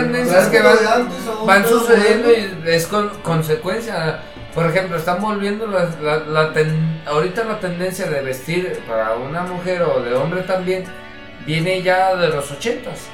C: traer
D: tendencias que
C: lo
D: van-
C: de antes a un
D: Van
C: pedo
D: sucediendo
C: moderno.
D: y es con consecuencia. Por ejemplo, están volviendo la, la- la ten- ahorita la tendencia de vestir para una mujer o de hombre también viene ya de los ochentas.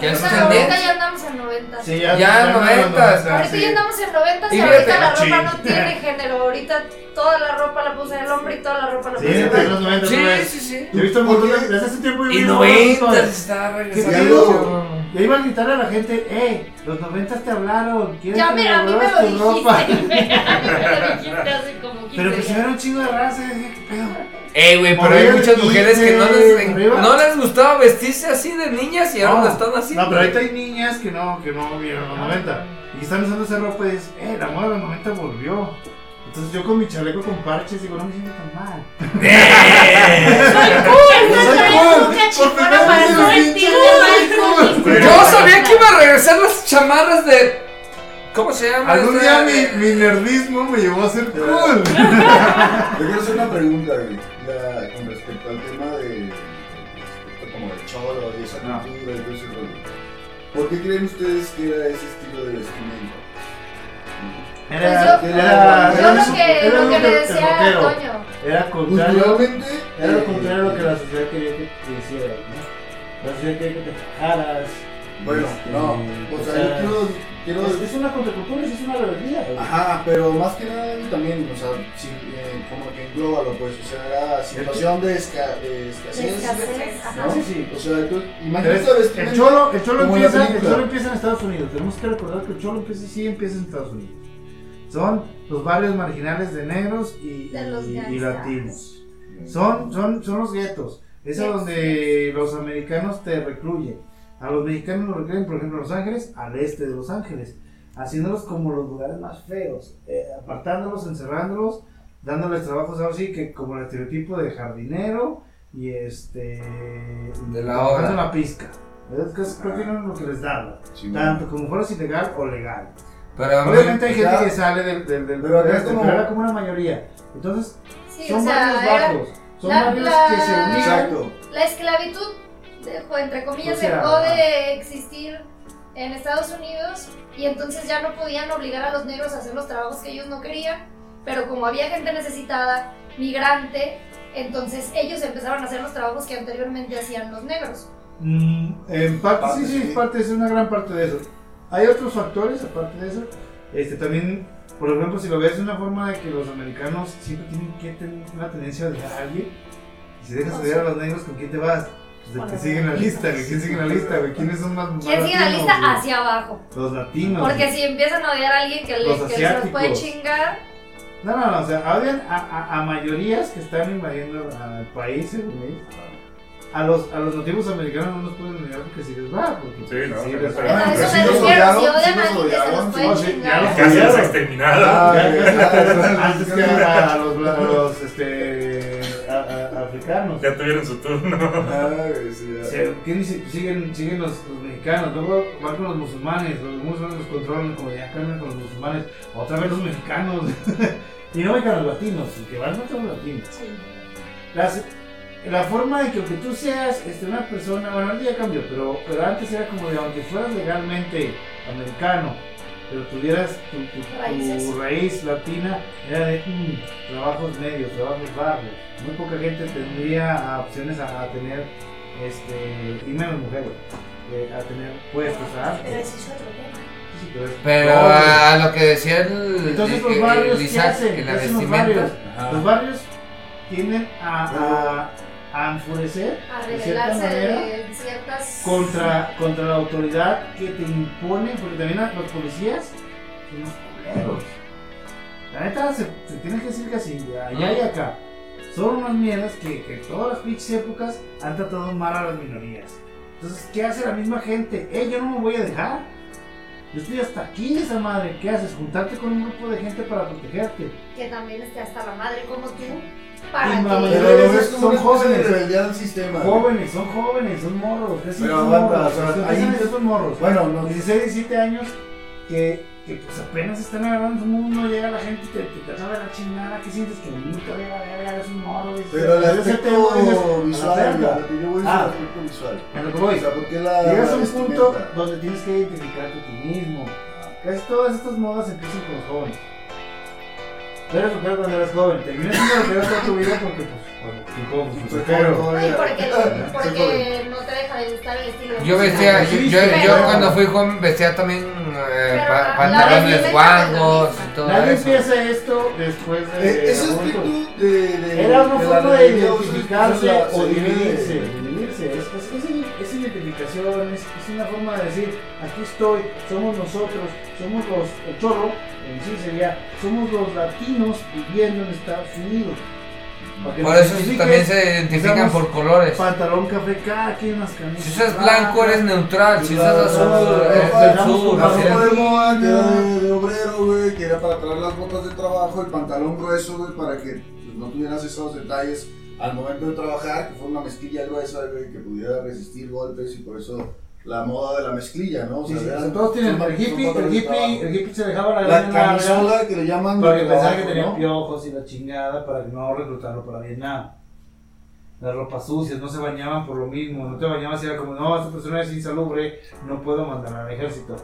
D: Ya
E: O
D: es
E: sea, ahorita
D: tendencia.
E: ya andamos en 90.
B: Sí, no,
D: Ya
B: no, no,
D: noventas.
B: no, no,
E: Ahorita
B: ah, sí.
E: ya andamos en 90
D: Y
E: y ahorita
D: fíjate,
E: la ropa
B: machín.
E: no tiene género. Ahorita toda la ropa la puso el hombre y toda la ropa la
B: Sí,
E: puso el
B: entre
E: hombre.
B: los noventas.
D: Sí,
B: pues.
D: sí, sí.
B: Yo he visto un montón de. Desde hace tiempo yo
D: Y
B: vi un montón.
D: noventas está regresando.
B: pedo? Yo iba a gritar a la gente, eh, los noventas te hablaron, ¿quieres
E: Ya,
B: que me
E: mira, a mí me
B: devuelvas
E: lo
B: tu
E: dijiste. [laughs]
B: ropa?
E: A mí me lo dijiste hace como 15
B: Pero pues
E: días.
B: era un chingo de raza, y dije, "Pues, ¿qué pedo?
D: Ey, Eh, güey, pero hay
B: Morir
D: muchas
B: y
D: mujeres que no
B: irse
D: les,
B: arriba.
D: no les gustaba vestirse así de niñas y ahora lo están así.
B: No, pero ahorita hay niñas que no, que no vieron los 90 y que están usando esa ropa y dices, eh, la moda de los 90 volvió. Y Entonces yo con mi chaleco con parches digo, no me siento tan
E: [laughs]
B: mal.
D: Yo sabía que iba a regresar las chamarras de. ¿Cómo se llama?
B: Algún
D: Este-
B: día mi, mi nerdismo me llevó a ser
E: Pues
B: cool.
C: Yo quiero hacer una pregunta, güey, la- con respecto al tema de. respecto como del cholo y esa
B: No.
C: cultura y todo ese rollo. ¿Por qué creen ustedes que era ese estilo de vestimenta?
B: Era,
E: Pues
C: yo-
B: era,
E: Yo lo
B: un-
E: que,
B: era
E: lo que
B: un
E: le
B: rock-
E: decía a
B: rockero.
E: Toño.
B: Era contrario,
C: Culturalmente.
B: era
C: eh,
B: lo contrario a lo que la sociedad quería que te hicieras, ¿no? La sociedad quería que te fajaras.
C: Bueno,
B: este, pues,
C: no. O sea, yo quiero.
B: es,
C: quiero
B: es una contracultura, es una rebeldía. güey.
C: Ajá, pero más que nada güey, también, o sea, sí, eh, como que englóbalo, pues, o sea, era situación de, esca- de escasez.
E: Escasez, ajá.
C: ¿no?
B: Ah, Sí, sí.
C: O sea, tú
B: Pero
C: imagínate
B: es-
C: la vestimenta-
B: el cholo, el cholo
C: como en la
B: empieza, el
C: película.
B: cholo empieza en Estados Unidos. Tenemos que recordar que el cholo empieza sí empieza en Estados Unidos. Son los barrios marginales de negros y,
F: De los
B: y- y
F: gangstas.
B: latinos. Son, son, son los guetos. Es a
F: Yes,
B: donde los americanos te recluyen. A los mexicanos los recluyen, por ejemplo, en Los Ángeles, al este de Los Ángeles, haciéndolos como los lugares más feos, eh, apartándolos, encerrándolos, dándoles trabajos ahora sí que como el estereotipo de jardinero y este
D: De la
B: trabajando
D: obra.
B: en la pizca. Es que es prácticamente lo que les daba,
C: Sí,
B: tanto como fuera ilegal o legal.
D: Pero pues a mí-
B: Obviamente hay gente
C: ya-
B: que sale del, del, del-
C: Pero acá
B: de
C: es
B: este,
C: como-
B: pero era como una mayoría. Entonces,
E: Sí,
B: son
E: o sea,
B: barrios
E: era-
B: bajos, son
E: la-
B: barrios
E: la-
B: que se unían.
C: Exacto.
E: la esclavitud, dejó- entre comillas,
B: O sea,
E: dejó de existir en Estados Unidos y entonces ya no podían obligar a los negros a hacer los trabajos que ellos no querían, pero como había gente necesitada, migrante, entonces ellos empezaron a hacer los trabajos que anteriormente hacían los negros.
B: Mm, en parte,
C: Parte,
B: sí, sí,
C: sí.
B: es parte, es una gran parte de eso. Hay otros factores aparte de eso. Este, también, por ejemplo, si lo ves de una forma de que los americanos siempre tienen que tener una tendencia a dejar a alguien. Y si
E: Ah,
B: dejas estudiar a los negros, ¿con quién te vas? Pues el
F: Con
B: que
F: los
B: sigue en la
F: negros.
B: lista, güey. ¿Quién sigue en la lista, güey? ¿Quiénes son más más
E: ¿Quién sigue la
B: latinos,
E: lista?
B: güey?
E: Hacia abajo.
B: Los latinos.
E: Porque
B: güey.
E: si empiezan a odiar a alguien que, le,
B: Los
E: que se los puede
B: asiáticos.
E: chingar,
B: No, no, no, o sea, odian a, a- a mayorías que están invadiendo al país, según ellos. A los, a los nativos americanos no nos pueden negar porque si les va, porque
G: Sí, no,
B: si
G: no,
B: les
G: no,
B: va.
E: eso-
C: pero
E: eso
C: sí
E: me
C: los
E: refiero. Si
C: odiaron, sí
E: odian a
C: los
E: alguien que se los
C: odiaron,
E: puede
B: sí, ya
E: chingar.
B: los
G: [laughs] Casi
B: Claro.
G: es exterminada.
C: Ah,
B: Antes que a, a los, bla- a los, este, a- a- africanos.
G: Ya tuvieron su turno.
C: Ah, güey, sí, ya.
B: Se- ¿quién dice? siguen siguen los, los mexicanos, luego van con los musulmanes, los musulmanes los controlan, como ya cambian con los musulmanes, otra vez los mexicanos, [laughs] y no mexicanos, los latinos, y que van con los latinos.
F: Sí.
B: Las- la forma de que aunque tú seas este, una persona, bueno, ahorita ya cambió, pero, pero antes era como de aunque fueras legalmente americano, pero tuvieras tu, tu- tu
E: Raíces.
B: raíz latina, era de mm, trabajos medios, trabajos bajos. Muy poca gente tendría ah, opciones a, a tener, este, y menos mujeres, eh, a tener puestos ¿ah? a
F: Pero ese es otro tema.
B: Sí, pero es-
D: Pero ah,
B: No,
D: a lo que decía el.
B: Entonces,
D: el-
B: los
D: el-
B: barrios,
D: el
B: ¿qué
D: Isaac,
B: hacen?
D: que
B: ¿Qué
D: la
B: hacen los
D: vestimenta.
B: barrios?
C: Ajá.
B: los barrios tienden a, a, a enfurecer
E: A
B: de cierta
E: rebelarse
B: manera,
E: de ciertas...
B: contra, contra la autoridad que te impone, porque también a los policías son unos culeros. La neta, se, se tiene que decir que así, de allá y acá. Son unas mierdas que, que en todas las pinches épocas han tratado mal a las minorías. Entonces, ¿qué hace la misma gente? Eh, yo no me voy a dejar. Yo estoy hasta aquí de esa madre. ¿Qué haces? Juntarte con un grupo de gente para protegerte.
E: que también esté hasta la madre como tú
B: Y
E: para
B: mamá,
E: que
C: Pero lo ves
B: Son
C: como una especie de
B: jóvenes.
C: rebeldía al sistema. güey.
B: Jóvenes, son jóvenes, son morros. ¿Qué
C: Pero
B: son
C: aguanta,
B: morros?
C: o sea,
B: ¿Qué
C: ahí-
B: son esos morros?
C: Bueno, no,
B: los 16, 17 años que, que, pues apenas están agarrando su mundo, llega la gente y te, te, te sabe la chingada, ¿qué sientes? Que nunca voy a ver, es un morro. dices,
C: Pero el
B: "Yo sé que voy", dices,
C: aspecto
B: "A la
C: visual,
B: verga".
C: ya, lo que yo voy es el
B: Ah.
C: aspecto visual.
B: A lo que
C: O
B: voy,
C: sea, porque la.
B: llegas a un
C: vestimenta?
B: punto donde tienes que identificarte tú mismo. Casi todas estas modas empiezan con los jóvenes. Tú eres rockero cuando eres joven, terminas siendo rockero toda tu vida porque, pues, bueno, tú como
C: Soy
B: rockero.
C: joven
E: Ay,
C: todavía.
E: porque,
C: Soy joven.
E: porque no te deja de gustar el estilo de
D: Yo
E: música.
D: vestía, yo,
B: Sí,
D: yo,
E: pero-
D: yo cuando fui joven vestía también eh,
E: Pero
D: pa-
E: la- la
D: pantalones
E: vestimenta
D: guangos
E: es la
D: y todo
B: Nadie
D: eso.
B: empieza esto después de.
C: Eh, Ese
B: adulto.
C: aspecto de.
B: Era una
C: de- de la
B: forma de
C: rebeldía, o sea,
B: identificarse
C: la-
B: o
C: se
B: de
C: vive de-
B: dividirse. de eh, dividirse. Es, es- es ident- es identificación, es, es una forma de decir, aquí estoy, somos nosotros, somos los, el chorro, en sí sería, somos los latinos viviendo en Estados Unidos. Para que
D: Por
B: nos
D: eso
B: identifiquen,
D: también se identifican
B: usamos
D: por colores.
B: Pantalón café, cada quien las camisas.
D: Si usas blanco eres neutral, si usas
B: Ah,
D: azul eres
B: ah,
D: del
B: ah,
D: Este, sur.
B: ah,
C: Pasó
D: así es.
C: por el Moa, que era de, de obrero, güey, que era para traer las botas de trabajo, el pantalón grueso, güey, para que pues, no tuvieras esos detalles al momento de trabajar, que fue una mezclilla gruesa, güey, que pudiera resistir golpes y por eso la moda de la mezclilla, ¿no? O
B: Sí, sí,
C: eran-
B: todos tienen
C: son-
B: el
C: son
B: hippie,
C: botas
B: el
C: de
B: hippie,
C: trabajo.
B: el hippie se dejaba la
C: La
B: gran larga
C: camisola que le llaman de
B: porque pensaba que
C: trabajo,
B: tenía
C: ¿no?
B: piojos y la chingada para no reclutarlo para Vietnam. Las ropas sucias, no se bañaban por lo mismo, no te bañabas y era como, no, esta persona es insalubre, no puedo mandar al ejército.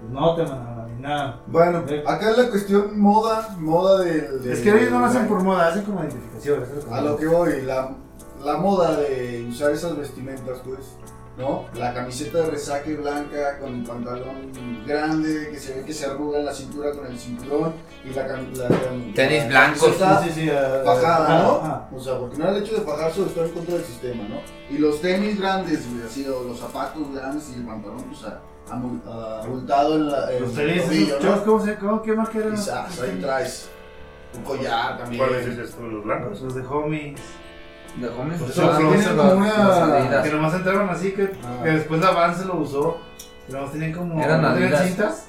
B: Pues no te mandaron a Vietnam.
C: Bueno, acá es la cuestión moda, moda del...
B: Es que ellos no lo
C: del-
B: hacen por moda, hacen como identificación. hacen como-
C: A lo que voy, la, la moda de usar esas vestimentas, pues, ¿no? La camiseta de resaque blanca con el pantalón grande, que se ve que se arruga en la cintura con el cinturón y la camiseta...
D: Tenis blancos.
B: Sí, sí, sí, ah,
C: Fajada,
B: ah,
C: ¿no? O sea, porque no era el hecho de fajarse o estar en contra del sistema, ¿no? Y los tenis grandes, güey, así, o los zapatos grandes y el pantalón, pues, a- amu- a- abultado en la...
B: ah.
C: en
B: Los
C: el
B: tenis,
C: tobillo,
B: esos
C: ¿no?
B: chos, ¿cómo se, cómo, qué marca eran?
C: Quizás, ahí traes un collar también.
G: ¿Cuál es esto? ¿Los blancos?
B: Los de homie.
D: De homies,
B: Pues
D: pues,
B: son-
D: son
B: tienen
D: los-
B: como
D: los
B: una-
D: Adidas.
B: Que nomás entraron así, que,
C: Ah.
B: que después la Vans se lo usó. Que nomás tenían como.
D: Eran
B: ¿no tenían
D: Adidas.
B: cintas?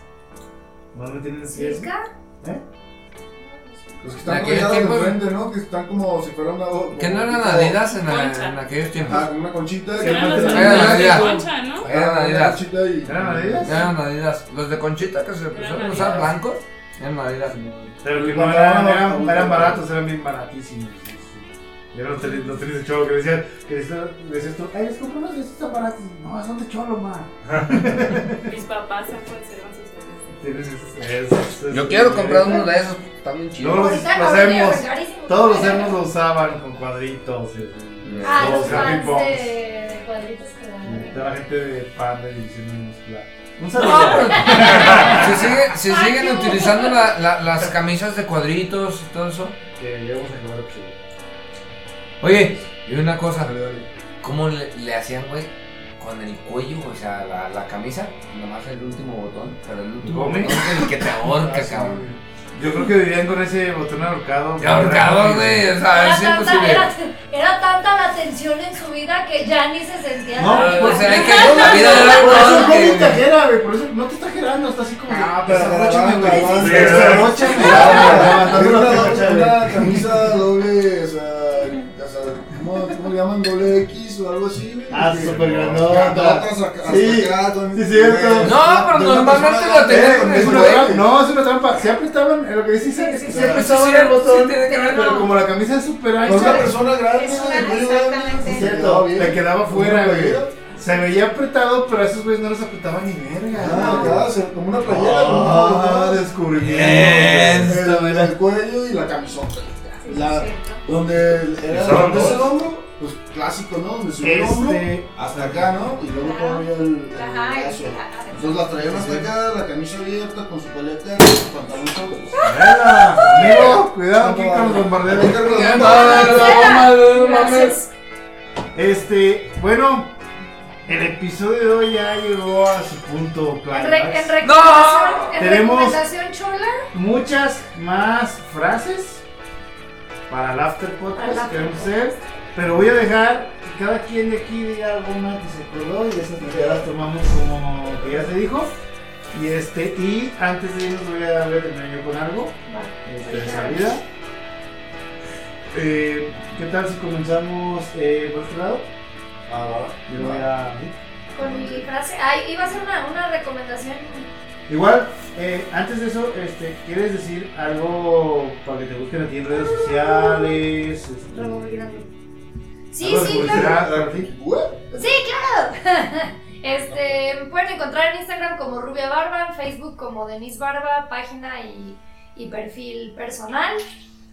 B: No, no tienen cintas.
E: ¿Circa?
B: ¿Eh?
C: Los que
D: En
C: están
D: aquel
C: colgados
D: tiempo-
C: de frente, ¿no? Que están como si fuera una.
D: Que no eran
C: tipo- Ah,
D: Adidas en,
H: Concha.
D: en aquellos
C: Ajá,
D: tiempos.
C: con una conchita. que
H: Eran los
C: meten-
D: Eran
H: zapatos de
D: Adidas.
H: concha, ¿no?
D: Eran
C: Ajá,
D: Adidas.
C: conchita y-
B: ¿Eran Adidas?
D: Eran Adidas. Los de Conchita que se empezaron a usar
H: Adidas.
D: blancos eran Adidas.
B: Pero que
C: Los
B: no eran,
C: pantalones
B: eran,
C: aún-
B: eran baratos, eran bien baratísimos. sí, sí. Eran los tenis, los tenis de cholo que decían, que decían, decías tú, ay, les compré unos de estos aparatos. No, son de cholo, man.
H: Mis papás aún conservan sus tenis.
B: Tienes esos- esos-
D: Yo quiero comprar uno de esos, está bien chido.
B: Todos los,
E: Ahorita
B: los
E: no,
B: hemos,
E: pero carísimo.
B: todos los hemos lo usaban con cuadritos. y así.
E: Ah, los
B: Todos Happy
E: fans
B: Bombs.
E: de cuadritos que
B: Toda la gente de pan de división muscular. Un
D: No,
B: saludo.
D: pero- [laughs] si sigue- si
E: Ay,
D: siguen
E: no.
D: utilizando la- la- las camisas de cuadritos y todo eso.
B: Que ya vamos a acabar el episodio.
D: Oye, y una cosa,
C: Dale, dale.
D: ¿cómo le, le hacían, güey? Con el cuello, o sea, la, la camisa, nomás el último botón, pero el último
B: ¿Come?
D: botón es el que te ahorca,
B: Ah,
D: cabrón.
B: Yo creo que vivían con ese botón ahorcado.
D: Te ahorcaba, güey, o sea,
E: Era
D: Ah, es
E: tanta,
D: imposible.
E: era, era tanta la tensión en su vida que ya ni se sentía
B: No,
E: nada.
D: O sea, es Ah, pues, que
B: Por
D: la vida era
B: eso
D: todo
B: el COVID
D: que-
B: exagera, güey. Por eso no te está gerando, está así como.
C: Ah, pero
B: Desabróchame, güey.
C: agarraban,
G: Sí,
B: Desabróchame.
C: Era
B: Levantando
C: una-
B: la brocha, güey.
C: Una camisa doble, o sea, o sea, ¿cómo, cómo le llaman? Doble X o algo así, güey.
B: Ah,
C: Que-
B: súper
C: Grandotas
B: grandota.
C: hasta- hasta
B: Sí,
C: acá, con-
B: sí, cierto.
C: güey,
D: No, pero
C: de una
D: normalmente
C: persona
D: la tenían
C: grande,
D: con
C: güey,
B: Eh, Es
D: el
B: una
D: güey.
B: trampa. No, es una trampa. Siempre estaban, en lo que decís es que siempre
D: Sí,
B: estaban
D: sí,
B: en el
D: sí,
B: botón.
D: tiene que ver,
B: Pero
D: ¿no?
B: como la camisa es super
C: Con una
B: ancha,
C: persona grande,
F: Es una-
C: güey, güey, güey,
F: exactamente.
B: Sí,
C: te quedaba
B: cierto,
C: bien.
B: te quedaba fuera,
C: Una
B: güey.
C: playera.
B: se veía apretado, pero a esos güeyes no les apretaba ni verga.
C: Ah, acá, se- Este, como una playera.
B: Ah,
C: güey.
B: descubrimiento.
C: El- el, cuello y la camisota. La- donde el- era
G: ¿Y solo
C: donde es
G: dos?
C: el hombro, pues clásico, ¿no? Donde sube el hombro
B: Este.
C: hasta acá, ¿no? Y luego todavía el, el
F: Ajá, y- ah,
C: brazo.
F: ajá.
C: Entonces la traían hasta acá, la camisa abierta, con su paleta, su pantalón todo.
B: ¡Vela! Amigo,
D: Ah,
B: cuidado aquí con los
C: Ahí
B: bombarderos.
C: cargo los
D: Ya,
C: bombarderos.
D: no, no, no, no, no, mames.
E: Gracias.
B: Este, bueno, el episodio de hoy ya llegó a su punto
E: En, re- en
B: claro.
E: recomendación, en
B: Tenemos-
E: recomendación chola,
B: Muchas más frases para el after
E: Para el
B: podcast
E: after
B: queremos hacer, pero voy a dejar que cada quien de aquí diga alguna que se acordó y esas ya las tomamos como que ya se dijo. Y este, y antes de irnos voy a darle terminar yo con algo. Este, de salida. Eh, ¿Qué tal si comenzamos eh, por este lado?
C: Ah, va, va.
B: Yo voy a-
E: con mi frase. Ay, iba a ser una, una recomendación.
B: Igual, eh, antes de eso, este, ¿quieres decir algo para que te busquen a ti en redes sociales? Este,
E: Sí,
B: algo de
E: sí,
D: pues,
B: publicidad
E: claro.
B: para ti?
C: Güey,
E: Sí, claro. [laughs] este, me pueden encontrar en Instagram como Rubia Barba, en Facebook como Denise Barba, página y, y perfil personal.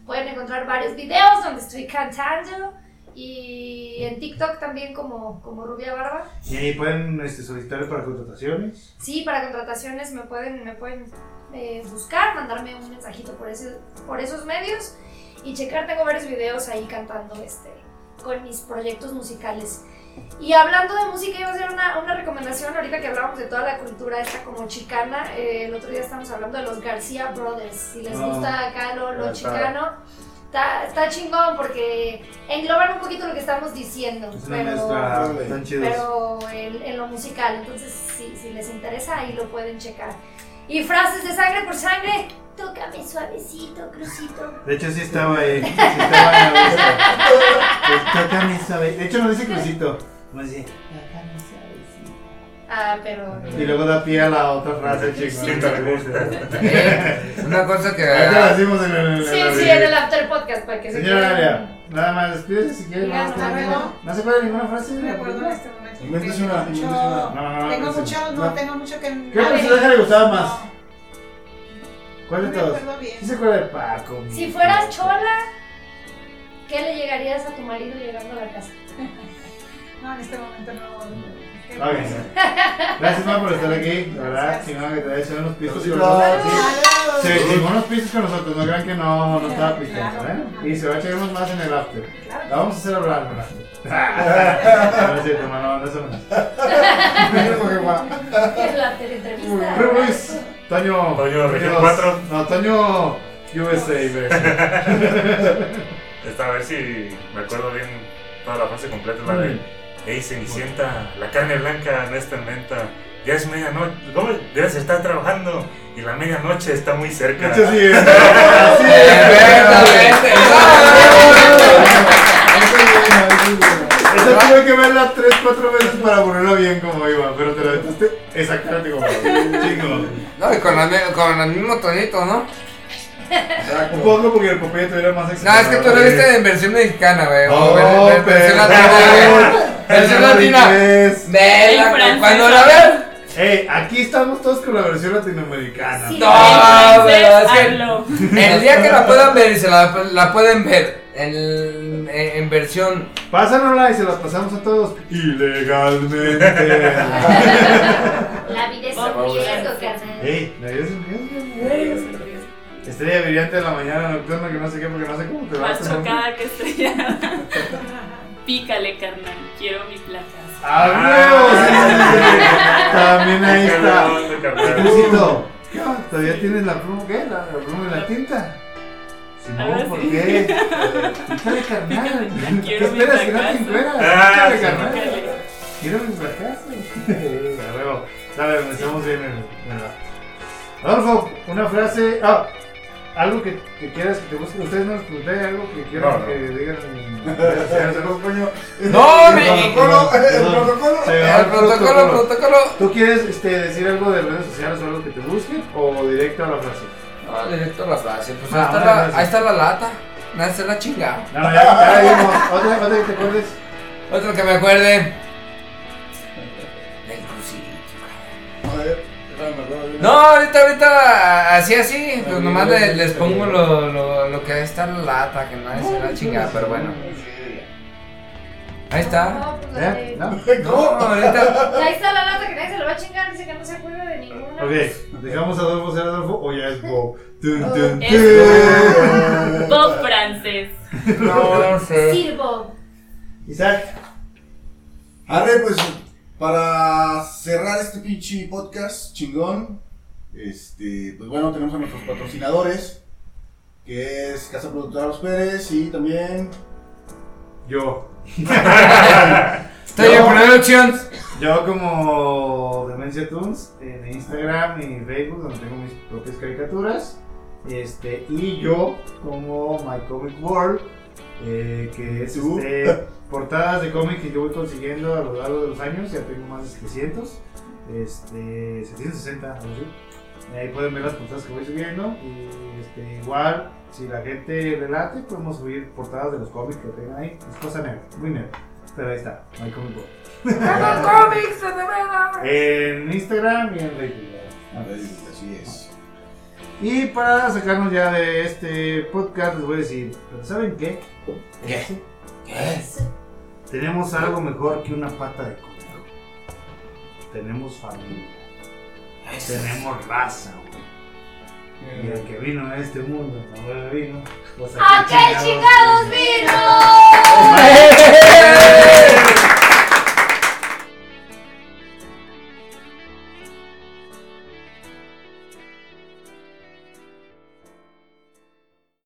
E: Pueden encontrar varios videos donde estoy cantando y en TikTok también como, como Rubia Barba.
B: Y ahí pueden este, solicitar para contrataciones.
E: Sí, para contrataciones me pueden, me pueden eh, buscar, mandarme un mensajito por, ese, por esos medios y checar, tengo varios videos ahí cantando este, con mis proyectos musicales. Y hablando de música, iba a hacer una, una recomendación ahorita que hablábamos de toda la cultura esta como chicana. eh, el otro día estábamos hablando de los García Brothers. Si les
B: Ah,
E: gusta acá lo, lo
B: claro.
E: chicano, Está, está chingón porque engloban un poquito lo que estamos diciendo,
B: Es una
E: pero,
B: mezcla tan chidos.
E: pero en, en lo musical. Entonces, si, si les interesa, ahí lo pueden checar. Y frases de sangre por sangre. Tócame suavecito, crucito.
B: De hecho, sí estaba ahí. Sí estaba en la lista. Pues, toca mi suave- De hecho, no dice crucito. Nos dice, "Toca mi suavecito".
E: Ah, pero.
B: Y luego da pie a la otra frase, chicos.
G: Sí, tal vez.
D: Eh, Una cosa que.
B: Ahí te la decimos en el.
E: Sí,
B: en el-
E: sí, en el after podcast para que se
B: Señora
E: queden.
B: Aria, nada más despídese si quiere.
E: Diga,
B: No,
E: hasta
F: luego.
B: no se acuerda de ninguna frase.
F: Ah, No recuerdo en este momento.
C: Invéntese
F: Tengo
C: una,
F: mucho-
C: invéntese una.
B: No, no, no,
F: Tengo
B: no,
F: mucho,
B: no.
F: no tengo mucho que.
B: ¿Qué
F: a ver,
B: personaje le gustaba más?
F: No,
B: ¿Cuál
F: no
B: de
F: me
B: todos?
F: acuerdo
B: ¿Sí
F: bien.
B: se acuerda de Paco? mi-
E: Si fueras chola, ¿qué le llegarías a tu marido llegando a la casa?
F: No, en este momento no. Qué
B: Está bien.
F: bueno.
B: Gracias, Ma, por estar aquí. La verdad, chingón que te haya hecho unos pisos con
C: Saludos.
B: nosotros. Sí, Se chingó unos pisos con nosotros. No crean que no, no estaba picando, ¿eh? Y se va a echar unos más en el after. La vamos a hacer hablar, [laughs] ¿verdad? No es cierto, ma, no, no eso
D: [laughs]
B: no.
E: En la teleentrevista.
B: Rubén Ruiz, Toño.
G: Toño, Región
B: Dios.
G: cuatro.
B: No, Toño USA,
G: [laughs]
B: ¿verdad?
G: Esta, a ver si me acuerdo bien toda la frase completa, la de Ey, Cenicienta, la carne blanca no está en venta. Ya es medianoche. ¿Cómo? Debes estar trabajando y la medianoche está muy
B: De
G: cerca.
B: hecho, sí
G: [laughs]
B: es. ¿eh? Así
D: Eh,
B: es. [laughs]
D: Perfectamente.
B: Esa tuve que verla 3, 4 veces para ponerla bien como iba, pero te la aventaste exactamente como iba. Chingo.
D: No, y con, la mi- con el mismo tonito, ¿no?
B: Un poco porque el Popeye tuviera más éxito.
D: No, es que tú lo viste en versión mexicana, güey. o
B: Oh,
D: ver- ver- versión latina, güey.
B: [laughs]
D: [laughs] Versión latina.
B: latinoamericana.
D: Vela,
H: En francés.
D: cuando la veas.
B: Ey, aquí estamos todos con la versión latinoamericana.
E: Sí.
D: No,
H: Entonces,
D: pero Ah, es que-
H: hablo.
D: El día que la puedan ver y se la, la pueden ver en, en- en versión.
B: Pásanosla y se las pasamos a todos. Ilegalmente.
E: [laughs] La vida es un
H: Vamos.
E: riesgo, carnal.
B: Ey, ¿me ayudas un riesgo? Estrella brillante de la mañana nocturna que no sé qué, porque no sé cómo
D: [laughs]
B: te va a
H: Más chocada que estrellada. [laughs] Pícale, carnal. Quiero mi
D: [laughs]
H: placas. [laughs]
B: ¡Adiós! También ahí
G: Qué buena
B: está.
G: onda, carnal.
B: Luisito, ¿qué onda? ¿Todavía tienes la pluma qué? ¿La, la pluma y la tinta? Si
H: Ahora
B: no, ¿por
H: sí.
B: qué?
H: [laughs]
B: Pícale carnal.
H: La
B: ¿Qué
H: quiero
B: esperas que no
H: bien
B: te
H: blanca.
B: encueras?
G: Ah,
B: Pícale
G: sí,
B: carnal.
H: Pícale.
B: Quiero mis [laughs] fracasos. Arreo. Dale, empezamos bien en, en la- Adolfo, una frase. Ah, algo que, que quieras que te busque. Ustedes no les pregunté algo que quieran
G: No, no.
B: que digan. en- en-
C: coño.
D: No, mi-
C: El protocolo, el protocolo.
B: Se va
D: El protocolo, protocolo.
B: ¿Tú quieres este, decir algo de redes sociales o algo que te busquen o directo a la frase?
D: No, directo a la frase. Pues
B: Ah,
D: ahí, está
B: bueno,
D: la,
B: gracias.
D: ahí está la lata. Nada, se la chingada.
B: No, no, ya, ya vimos. [laughs] Otra, otra que te acuerdes.
D: Otro que me acuerde. Del crucito.
C: A ver, déjame, me acuerdo de una.
D: No, ahorita, ahorita, así, así. Pues
C: Amigo,
D: nomás le- les
C: amigo.
D: pongo lo, lo, lo que está en la lata, que no es la chingada, pero
C: [laughs]
D: bueno. Ahí está.
E: No, pues la
B: ¿Eh?
E: de-
B: ¿No?
D: No, ahorita.
E: Ahí está la lata que nadie se la va a chingar. Dice que no se acuerda de ninguna.
B: Ok, ¿dejamos a Adolfo ser Adolfo o ya es
H: [laughs]
B: Bob? Tun, tun,
H: Es
D: Eh,
B: tun.
C: [laughs]
H: Bob francés.
D: [laughs] No sé.
E: Sirvo.
B: Isaac,
C: Arre, pues para cerrar este pinche podcast chingón, este, pues bueno, tenemos a nuestros patrocinadores, que es Casa Productora Los Pérez y también
B: yo.
D: Estoy en productions. [laughs]
B: Yo como Demencia Toons en Instagram y Facebook donde tengo mis propias caricaturas. Este, y yo como My Comic World, eh, que es
C: ¿Tú?
B: este, portadas de cómic que yo voy consiguiendo a lo largo de los años, ya tengo más de 700, este, 760, algo así. Ahí pueden ver las portadas que voy subiendo. Y este, igual, si la gente relate, podemos subir portadas de los cómics que tengan ahí. Es cosa negra, muy negra. Pero ahí está, My Comic World.
E: cómics, de verdad.
B: En Instagram y en Facebook.
C: así es.
B: Y para sacarnos ya de este podcast, les voy a decir, ¿pero ¿saben qué? Este, Tenemos algo mejor que una pata de conejo. Tenemos familia. Tenemos raza, güey. Y el que vino a este mundo, no bebe vino. pues,
E: ¡Ah, qué
B: chingados